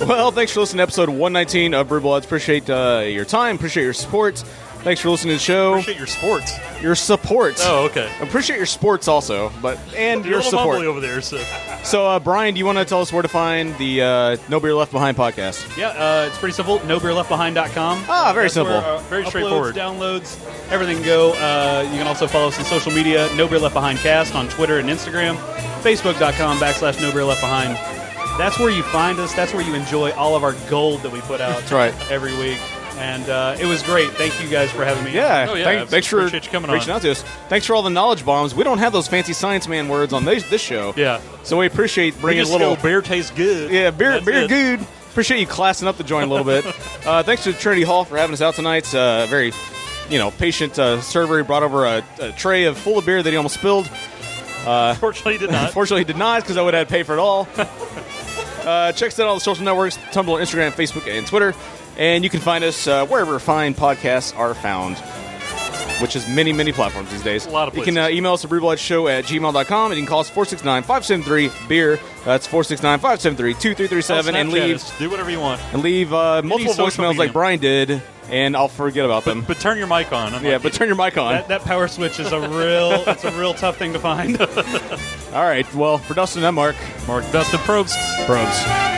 Speaker 2: Well, thanks for listening to episode 119 of Brew Bloods. Appreciate uh, your time. Appreciate your support. Tonight. Thanks for listening to the show.
Speaker 3: Appreciate your sports.
Speaker 2: your support.
Speaker 3: Oh, okay.
Speaker 2: Appreciate your sports also, but and
Speaker 3: You're a
Speaker 2: your
Speaker 3: little
Speaker 2: support.
Speaker 3: bubbly over there, so
Speaker 2: So, uh, Brian, do you want to tell us where to find the uh, No Beer Left Behind podcast?
Speaker 4: Yeah, uh, it's pretty simple. NoBeerLeftBehind.com.
Speaker 2: Ah, very
Speaker 4: That's where
Speaker 2: simple.
Speaker 4: our
Speaker 3: Very
Speaker 4: uploads,
Speaker 3: straightforward.
Speaker 4: Downloads, everything go. Uh, you can also follow us on social media. No Beer Left Behind Cast on Twitter and Instagram. Facebook.com backslash No Beer Left Behind. That's where you find us. That's where you enjoy all of our gold that we put out
Speaker 2: That's right.
Speaker 4: every week. And uh, it was great. Thank you guys for having me.
Speaker 2: Yeah,
Speaker 3: Oh, yeah,
Speaker 2: thank- thanks for
Speaker 3: appreciate you coming
Speaker 2: reaching
Speaker 3: on.
Speaker 2: out to us. Thanks for all the knowledge bombs. We don't have those fancy science man words on this, this show.
Speaker 3: yeah.
Speaker 2: So we appreciate
Speaker 3: We
Speaker 2: bringing
Speaker 3: just
Speaker 2: a little
Speaker 3: go, beer tastes good.
Speaker 2: Yeah, beer,
Speaker 3: That's
Speaker 2: beer,
Speaker 3: it.
Speaker 2: good. Appreciate you classing up the joint a little
Speaker 3: *laughs*
Speaker 2: bit. Uh, thanks to Trinity Hall for having us out tonight. Uh, very, you know, patient uh, server. He brought over a, a tray of full of beer that he almost spilled.
Speaker 3: Unfortunately,
Speaker 2: *laughs*
Speaker 3: did not.
Speaker 2: Unfortunately, he did not because I would have had to pay for it all. *laughs* uh, check us out on all the social networks: Tumblr, Instagram, Facebook, and Twitter. And you can find us uh, wherever fine podcasts are found, which is many, many platforms these days.
Speaker 3: A lot of
Speaker 2: You can uh,
Speaker 3: places.
Speaker 2: email us at brewbloodshow at gmail.com, and you can call us 469-573-BEER. E That's 469-573-2337, and
Speaker 3: Snapchat
Speaker 2: leave
Speaker 3: us. Do whatever you want,
Speaker 2: and leave uh, multiple
Speaker 3: social
Speaker 2: voicemails like
Speaker 3: medium.
Speaker 2: Brian did, and I'll forget about them.
Speaker 3: but but turn your mic on. I'm
Speaker 2: yeah,
Speaker 3: like,
Speaker 2: but turn your mic on.
Speaker 4: That, that power switch is a real it's a real
Speaker 3: *laughs*
Speaker 4: tough thing to find.
Speaker 2: All right. Well, for Dustin and Mark,
Speaker 3: Mark Dustin probes.
Speaker 2: probes.